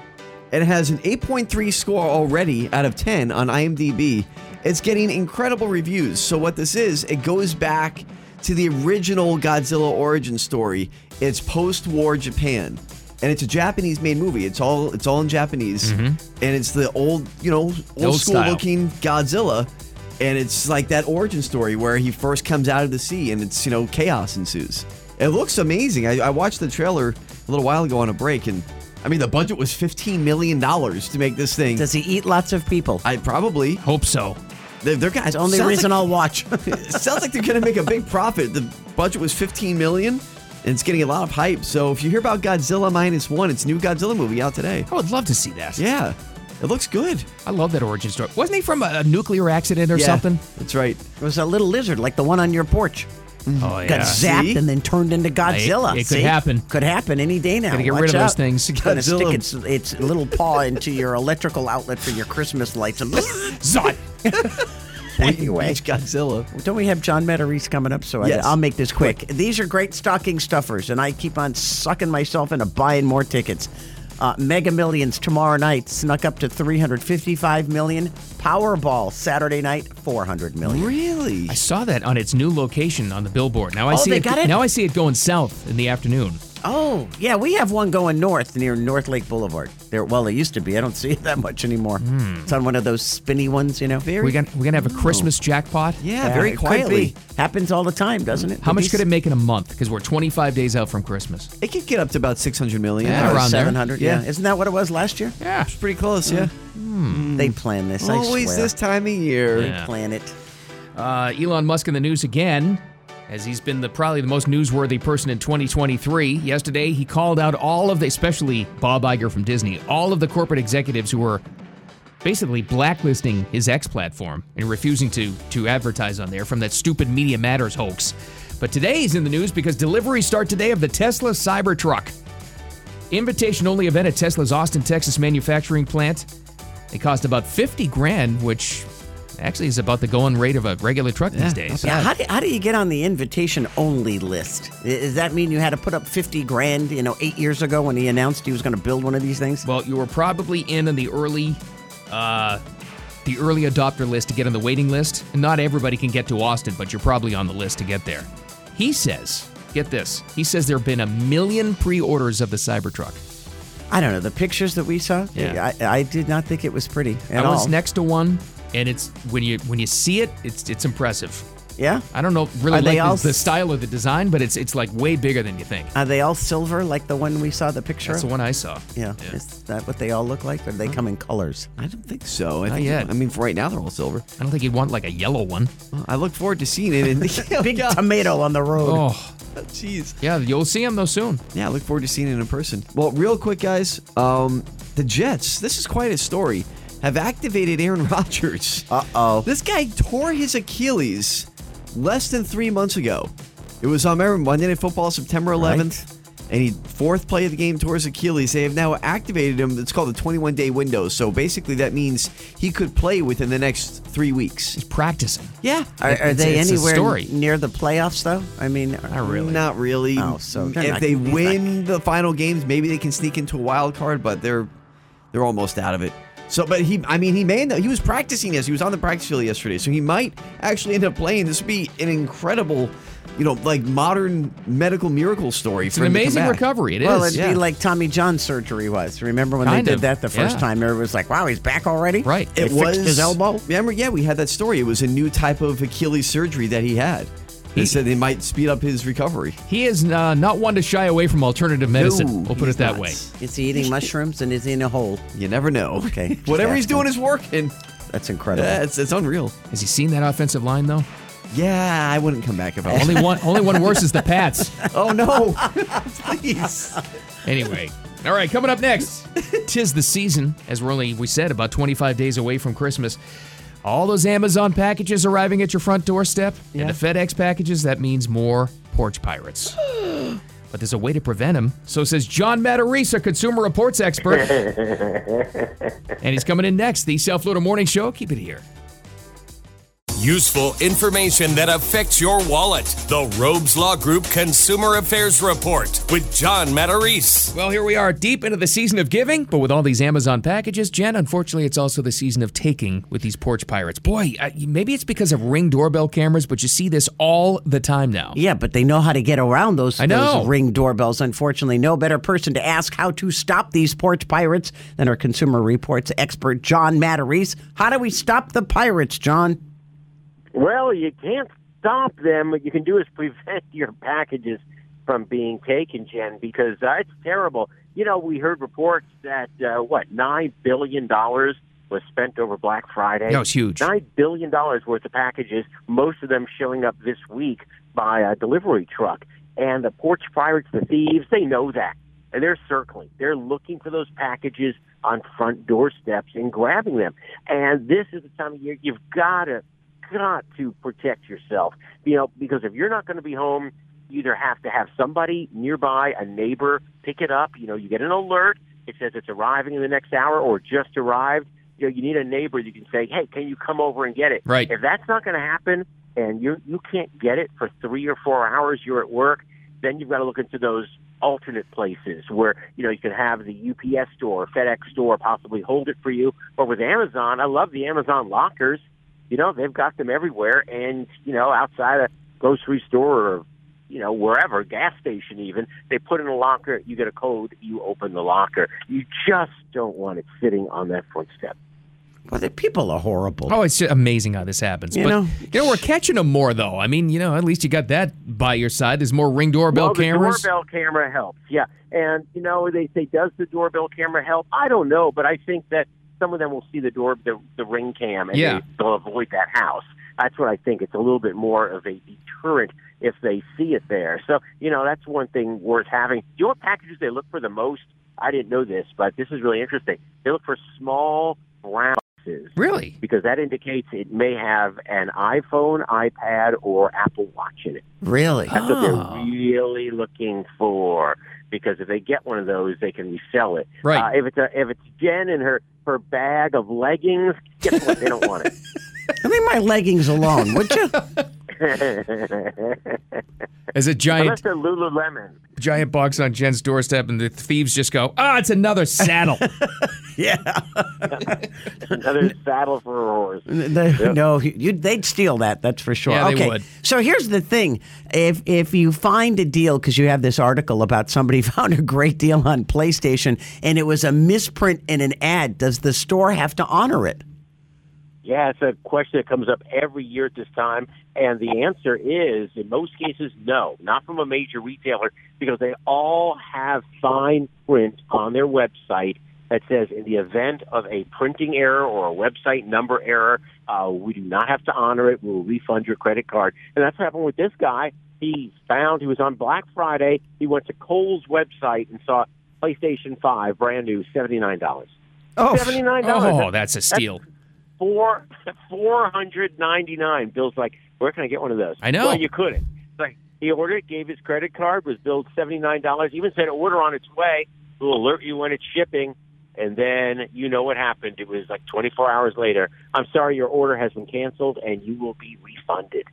Speaker 7: It has an 8.3 score already out of 10 on IMDb. It's getting incredible reviews. So, what this is, it goes back to the original Godzilla origin story. It's post war Japan. And it's a Japanese made movie. It's all it's all in Japanese. And it's the old, you know, old,
Speaker 2: Mm-hmm. Old
Speaker 7: school
Speaker 2: style.
Speaker 7: looking Godzilla. And it's like that origin story where he first comes out of the sea and it's, you know, chaos ensues. It looks amazing. I, I watched the trailer a little while ago on a break and I mean, the budget was fifteen million dollars to make this thing.
Speaker 3: Does he eat lots of people?
Speaker 7: I probably
Speaker 2: hope so.
Speaker 7: They're, they're guys.
Speaker 3: It's the only reason I'll <laughs> watch.
Speaker 7: sounds like they're going to make a big profit. The budget was fifteen million, and it's getting a lot of hype. So if you hear about Godzilla minus one, it's a new Godzilla movie out today.
Speaker 2: I would love to see that.
Speaker 7: Yeah, it looks good.
Speaker 2: I love that origin story. Wasn't he from a, a nuclear accident or
Speaker 7: Yeah,
Speaker 2: something?
Speaker 7: That's right.
Speaker 3: It was a little lizard like the one on your porch.
Speaker 2: Oh yeah.
Speaker 3: Got zapped
Speaker 7: See?
Speaker 3: and then turned into Godzilla.
Speaker 2: It- it could
Speaker 3: See?
Speaker 2: happen.
Speaker 3: Could happen any day now.
Speaker 2: Gotta get
Speaker 3: Watch
Speaker 2: rid of
Speaker 3: out.
Speaker 2: those things.
Speaker 3: It's gonna stick
Speaker 7: Godzilla.
Speaker 3: its, its little paw into your electrical outlet for your Christmas lights. And <laughs>
Speaker 2: Zot.
Speaker 3: anyway,
Speaker 7: Beach Godzilla.
Speaker 3: don't we have John Matarese coming up? So
Speaker 7: Yes.
Speaker 3: I, I'll make this quick. These are great stocking stuffers, and I keep on sucking myself into buying more tickets. Uh, Mega Millions tomorrow night snuck up to 355 million. Powerball Saturday night 400 million.
Speaker 7: Really?
Speaker 2: I saw that on its new location on the billboard. Now I
Speaker 3: Oh,
Speaker 2: see
Speaker 3: they
Speaker 2: it,
Speaker 3: got it?
Speaker 2: Now I see it going south in the afternoon.
Speaker 3: Oh, yeah, we have one going north near North Lake Boulevard. There, well, it used to be. I don't <laughs> see it that much anymore.
Speaker 2: Hmm.
Speaker 3: It's on one of those spinny ones, you know.
Speaker 2: We're gonna we're gonna have a Christmas jackpot.
Speaker 7: Yeah, very
Speaker 3: it could
Speaker 7: quietly.
Speaker 3: be. Happens all the time, doesn't it?
Speaker 2: How much could it make in a month? Because we're 25 days out from Christmas.
Speaker 7: It could get up to about six hundred million.
Speaker 2: Yeah, around there.
Speaker 3: Seven hundred. Yeah.
Speaker 7: Yeah.
Speaker 3: isn't that what it was last year?
Speaker 2: Yeah.
Speaker 7: It's pretty close. Yeah.
Speaker 8: Mm-hmm.
Speaker 2: Hmm.
Speaker 3: They plan this. I
Speaker 7: Always
Speaker 3: swear.
Speaker 7: this time of year.
Speaker 3: They plan it.
Speaker 2: Uh, Elon Musk in the news again, as he's been the probably the most newsworthy person in 2023. Yesterday, he called out all of the, especially Bob Iger from Disney, all of the corporate executives who were basically blacklisting his X platform and refusing to to advertise on there from that stupid Media Matters hoax. But today he's in the news because deliveries start today of the Tesla Cybertruck. Invitation only event at Tesla's Austin, Texas manufacturing plant. They cost about 50 grand, which actually is about the going rate of a regular truck these days.
Speaker 3: Yeah, how do, how do you get on the invitation only list? I- Does that mean you had to put up fifty grand? You know, eight years ago when he announced he was going to build one of these things.
Speaker 2: Well, you were probably in on the early, uh, the early adopter list to get on the waiting list. And not everybody can get to Austin, but you're probably on the list to get there. He says, get this. He says there have been a million pre-orders of the Cybertruck.
Speaker 3: I don't know the pictures that we saw.
Speaker 2: Yeah.
Speaker 3: I, I did not think it was pretty at
Speaker 2: I was
Speaker 3: all.
Speaker 2: next to one, and it's when you when you see it, it's it's impressive.
Speaker 3: yeah,
Speaker 2: I don't know really
Speaker 3: Are
Speaker 2: like
Speaker 3: they all
Speaker 2: the, the
Speaker 3: s-
Speaker 2: style of the design, but it's it's like way bigger than you think.
Speaker 3: Are they all silver like the one we saw the picture
Speaker 2: That's the
Speaker 3: of?
Speaker 2: one I saw.
Speaker 3: Yeah. Is that what they all look like? Or do they come in colors?
Speaker 7: I don't think so. I think.
Speaker 2: yet.
Speaker 7: I mean, for right now they're all silver.
Speaker 2: I don't think you'd want like a yellow one.
Speaker 7: I look forward to seeing it. <laughs> In-
Speaker 3: <laughs> Big tomato on the road.
Speaker 2: Oh,
Speaker 7: Jeez.
Speaker 2: yeah, you'll see them though soon.
Speaker 7: Yeah, I look forward to seeing it in person. Well, real quick, guys, um, the Jets, this is quite a story, have activated Aaron <laughs> Rodgers. Uh
Speaker 3: Uh-oh.
Speaker 7: This guy tore his Achilles less than three months ago. It was on remember, Monday Night Football, September 11th, and he fourth play of the game tore his Achilles. They have now activated him. It's called the 21 day window. So basically, that means he could play within the next three weeks.
Speaker 2: He's practicing.
Speaker 7: Yeah.
Speaker 3: Are, are
Speaker 2: It's-
Speaker 3: they
Speaker 2: it's a
Speaker 3: anywhere
Speaker 2: story.
Speaker 3: near the playoffs, though? I mean, not
Speaker 7: Not really.
Speaker 3: Oh, so they're
Speaker 7: if
Speaker 3: not-
Speaker 7: they
Speaker 3: he's not-
Speaker 7: win the final games, maybe they can sneak into a wild card, but they're they're almost out of it. So, but he, I mean, he may end up, he was practicing this. He was on the practice field yesterday, so he might actually end up playing. This would be an incredible, you know, like modern medical miracle story.
Speaker 2: It's an amazing recovery. It is.
Speaker 3: Well, it'd
Speaker 7: yeah.
Speaker 3: be like Tommy John's surgery was. Remember when
Speaker 2: Kind
Speaker 3: they
Speaker 2: of,
Speaker 3: did that the first
Speaker 2: yeah.
Speaker 3: time? Everyone was like, wow, he's back already?
Speaker 2: Right.
Speaker 3: They
Speaker 7: It
Speaker 3: fixed
Speaker 7: was
Speaker 3: his elbow?
Speaker 7: Remember? Yeah, we had that story. It was a new type of Achilles surgery that he had. They
Speaker 2: He-
Speaker 7: said they might speed up his recovery.
Speaker 2: He is uh, not one to shy away from alternative medicine.
Speaker 7: No,
Speaker 2: we'll put
Speaker 7: he's
Speaker 2: it that
Speaker 7: not.
Speaker 2: way.
Speaker 3: Is he
Speaker 7: <laughs>
Speaker 3: eating mushrooms and is he in a hole?
Speaker 7: You never know.
Speaker 3: Okay, just
Speaker 7: Whatever he's
Speaker 3: asking.
Speaker 7: doing is working.
Speaker 3: That's incredible.
Speaker 7: Yeah, it's, it's unreal.
Speaker 2: Has he seen that offensive line though?
Speaker 7: Yeah, I wouldn't come back if I was
Speaker 2: only one, only one worse is the Pats.
Speaker 7: Oh no! Please.
Speaker 2: Anyway, All right, coming up next, tis the season. As we're only, we said, about 25 days away from Christmas. All those Amazon packages arriving at your front doorstep, and the FedEx packages, that means more porch pirates. but there's a way to prevent them. So says John Matarisa, consumer reports expert. and he's coming in next, the South Florida Morning Show. Keep it here.
Speaker 14: Useful information that affects your wallet. The Robes Law Group Consumer Affairs Report with John Matarese.
Speaker 2: Well, here we are, deep into the season of giving, but with all these Amazon packages, Jen, unfortunately, it's also the season of taking with these porch pirates. Boy, I, maybe it's because of ring doorbell cameras, but you see this all the time now.
Speaker 3: Yeah, but they know how to get around those,
Speaker 2: I know.
Speaker 3: those ring doorbells. Unfortunately, no better person to ask how to stop these porch pirates than our Consumer Reports expert, John Matarese. How do we stop the pirates, John?
Speaker 8: Well, you can't stop them. What you can do is prevent your packages from being taken, Jen, because uh, it's terrible. You know, we heard reports that uh, what nine billion dollars was spent over Black Friday.
Speaker 2: That was huge.
Speaker 8: Nine billion dollars worth of packages, most of them showing up this week by a delivery truck. And the porch pirates, the thieves, they know that, and they're circling. They're looking for those packages on front doorsteps and grabbing them. And this is the time of year you've got to got to protect yourself. You know, because if you're not going to be home, you either have to have somebody nearby, a neighbor, pick it up. You know, you get an alert. It says it's arriving in the next hour or just arrived. You know, you need a neighbor. You can say, "Hey, can you come over and get it?"
Speaker 15: Right.
Speaker 8: If that's not going to happen, and you you can't get it for three or four hours, you're at work. Then you've got to look into those alternate places where you know you can have the UPS store, FedEx store, possibly hold it for you. But with Amazon, I love the Amazon lockers you know they've got them everywhere and you know outside a grocery store or you know wherever gas station even they put in a locker you get a code you open the locker you just don't want it sitting on that front step
Speaker 3: Well, the people are horrible.
Speaker 2: Oh, it's just amazing how this happens.
Speaker 3: You
Speaker 2: but,
Speaker 3: know?
Speaker 2: you know, we're catching them more though. I mean, you know, at least you got that by your side. There's more ring doorbell
Speaker 8: well, the
Speaker 2: cameras.
Speaker 8: doorbell camera helps yeah and you know they say does the doorbell camera help i don't know but i think that some of them will see the door the, the ring cam and
Speaker 2: Yeah.
Speaker 8: they, they'll avoid that house that's what i think it's a little bit more of a deterrent if they see it there so you know that's one thing worth having Do you know what packages they look for the most i didn't know this but this is really interesting they look for small brown boxes
Speaker 2: really
Speaker 8: because that indicates it may have an iphone ipad or apple watch in it
Speaker 3: Really?
Speaker 8: that's what
Speaker 3: Oh.
Speaker 8: they're really looking for because if they get one of those, they can resell it.
Speaker 2: Right.
Speaker 8: Uh, if it's a, if it's Jen and her her bag of leggings, <laughs> guess what? They don't want it.
Speaker 3: Leave my leggings alone, would
Speaker 2: <laughs>
Speaker 3: you?
Speaker 2: As a giant
Speaker 8: Unless they're Lululemon.
Speaker 2: giant box on Jen's doorstep, and the thieves just go, "Ah, it's
Speaker 3: <laughs>
Speaker 2: another saddle."
Speaker 8: Another saddle for a horse.
Speaker 3: They- <laughs> No, you, they'd steal that. That's for sure.
Speaker 8: Yeah, they
Speaker 3: okay.
Speaker 8: would.
Speaker 3: So here's the thing: if if you find a deal, because you have this article about somebody <laughs> found a great deal on PlayStation and it was a misprint in an ad, does the store have to honor it?
Speaker 8: Yeah, it's a question that comes up every year at this time, and the answer is, in most cases, no, not from a major retailer, because they all have fine print on their website that says, in the event of a printing error or a website number error, uh, we do not have to honor it. We will refund your credit card, and that's what happened with this guy. He found he was on Black Friday. He went to Kohl's website and saw PlayStation Five, brand new, seventy nine dollars.
Speaker 2: Oh,
Speaker 8: seventy nine dollars
Speaker 2: Oh, that's a steal.
Speaker 8: four four hundred ninety nine. Bill's like, where can I get one of those?
Speaker 2: I know.
Speaker 8: Well, you couldn't. It's Like he ordered, it, gave his credit card, was billed seventy nine dollars. Even said order on its way. We'll alert you when it's shipping. And then you know what happened. It was like twenty four hours later. I'm sorry, your order has been canceled, and you will be refunded.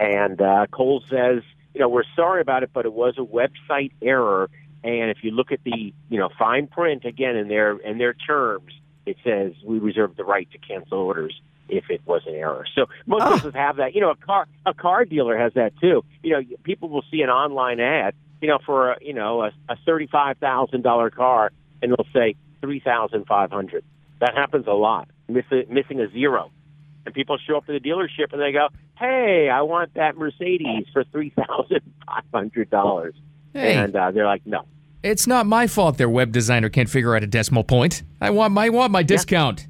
Speaker 8: And uh, Cole says, you know, we're sorry about it, but it was a website error. And if you look at the, you know, fine print again in their in their terms, it says we reserve the right to cancel orders if it was an error. So most businesses have that. You know, a car a car dealer has that too. You know, people will see an online ad, you know, for a, you know a, a thirty five thousand dollar car, and they'll say three thousand five hundred. That happens a lot. Miss missing a zero and people show up to the dealership and they go, "Hey, I want that Mercedes for three thousand five hundred dollars,"
Speaker 2: Hey.
Speaker 8: and uh, they're like, "No."
Speaker 2: It's not my fault their web designer can't figure out a decimal point. I want my want my discount.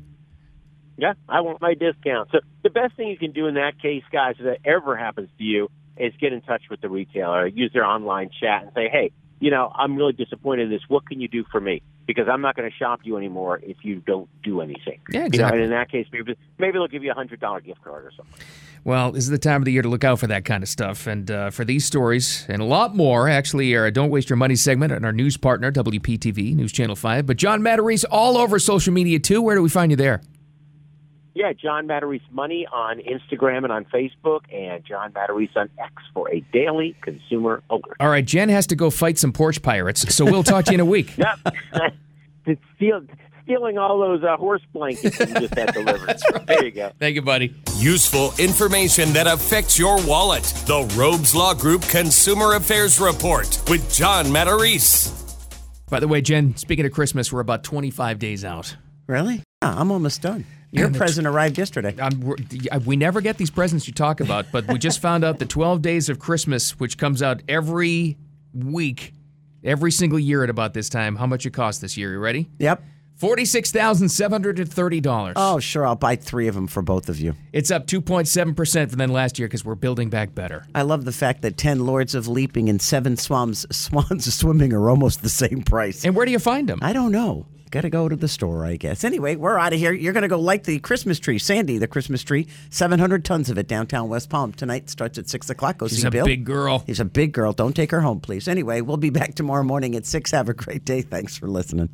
Speaker 8: Yeah, I want my discount. So the best thing you can do in that case, guys, if that ever happens to you, is get in touch with the retailer, use their online chat, and say, "Hey,
Speaker 7: you know, I'm really disappointed in this. What can you do for me? Because I'm not going to shop you anymore if you don't do anything.
Speaker 2: Yeah,
Speaker 7: You know,
Speaker 2: exactly.
Speaker 7: and in that case, maybe maybe they'll give you a hundred dollar gift card or something. <laughs>
Speaker 2: Well, this is the time of the year to look out for that kind of stuff. And uh, for these stories and a lot more, actually, our Don't Waste Your Money segment and our news partner, WPTV, News Channel 5. But John Matarese all over social media, too. Where do we find you there?
Speaker 7: Yeah, John Matarese Money on Instagram and on Facebook, and John Matarese on X for a daily consumer alert.
Speaker 2: All right, Jen has to go fight some porch pirates. So we'll talk to you in a week.
Speaker 7: Yep. It's steal, stealing all those uh, horse blankets you just had delivered. There you go.
Speaker 2: Thank you, buddy.
Speaker 1: Useful information that affects your wallet. The Robes Law Group Consumer Affairs Report with John Matarese.
Speaker 2: By the way, Jen, speaking of Christmas, we're about 25 days out.
Speaker 3: Really? Yeah, I'm almost done. Your
Speaker 2: And the
Speaker 3: present arrived yesterday.
Speaker 2: I'm, we're- I- we never get these presents you talk about, but we just found out the 12 Days of Christmas, which comes out every week, every single year at about this time, how much it costs this year. You ready?
Speaker 3: Yep.
Speaker 2: $46,730.
Speaker 3: Oh, sure. I'll buy three of them for both of you.
Speaker 2: It's up 2.7% from then last year because we're building back better.
Speaker 3: I love the fact that 10 Lords of Leaping and 7 Swans, swans Swimming are almost the same price.
Speaker 2: And where do you find them?
Speaker 3: I don't know. Got to go to the store, I guess. Anyway, we're out of here. You're going to go like the Christmas tree, Sandy, the Christmas tree. 700 tons of it downtown West Palm. Tonight starts at 6 o'clock. Go
Speaker 2: She's
Speaker 3: see
Speaker 2: a
Speaker 3: Bill.
Speaker 2: big girl.
Speaker 3: He's a big girl. Don't take her home, please. Anyway, we'll be back tomorrow morning at 6. Have a great day. Thanks for listening.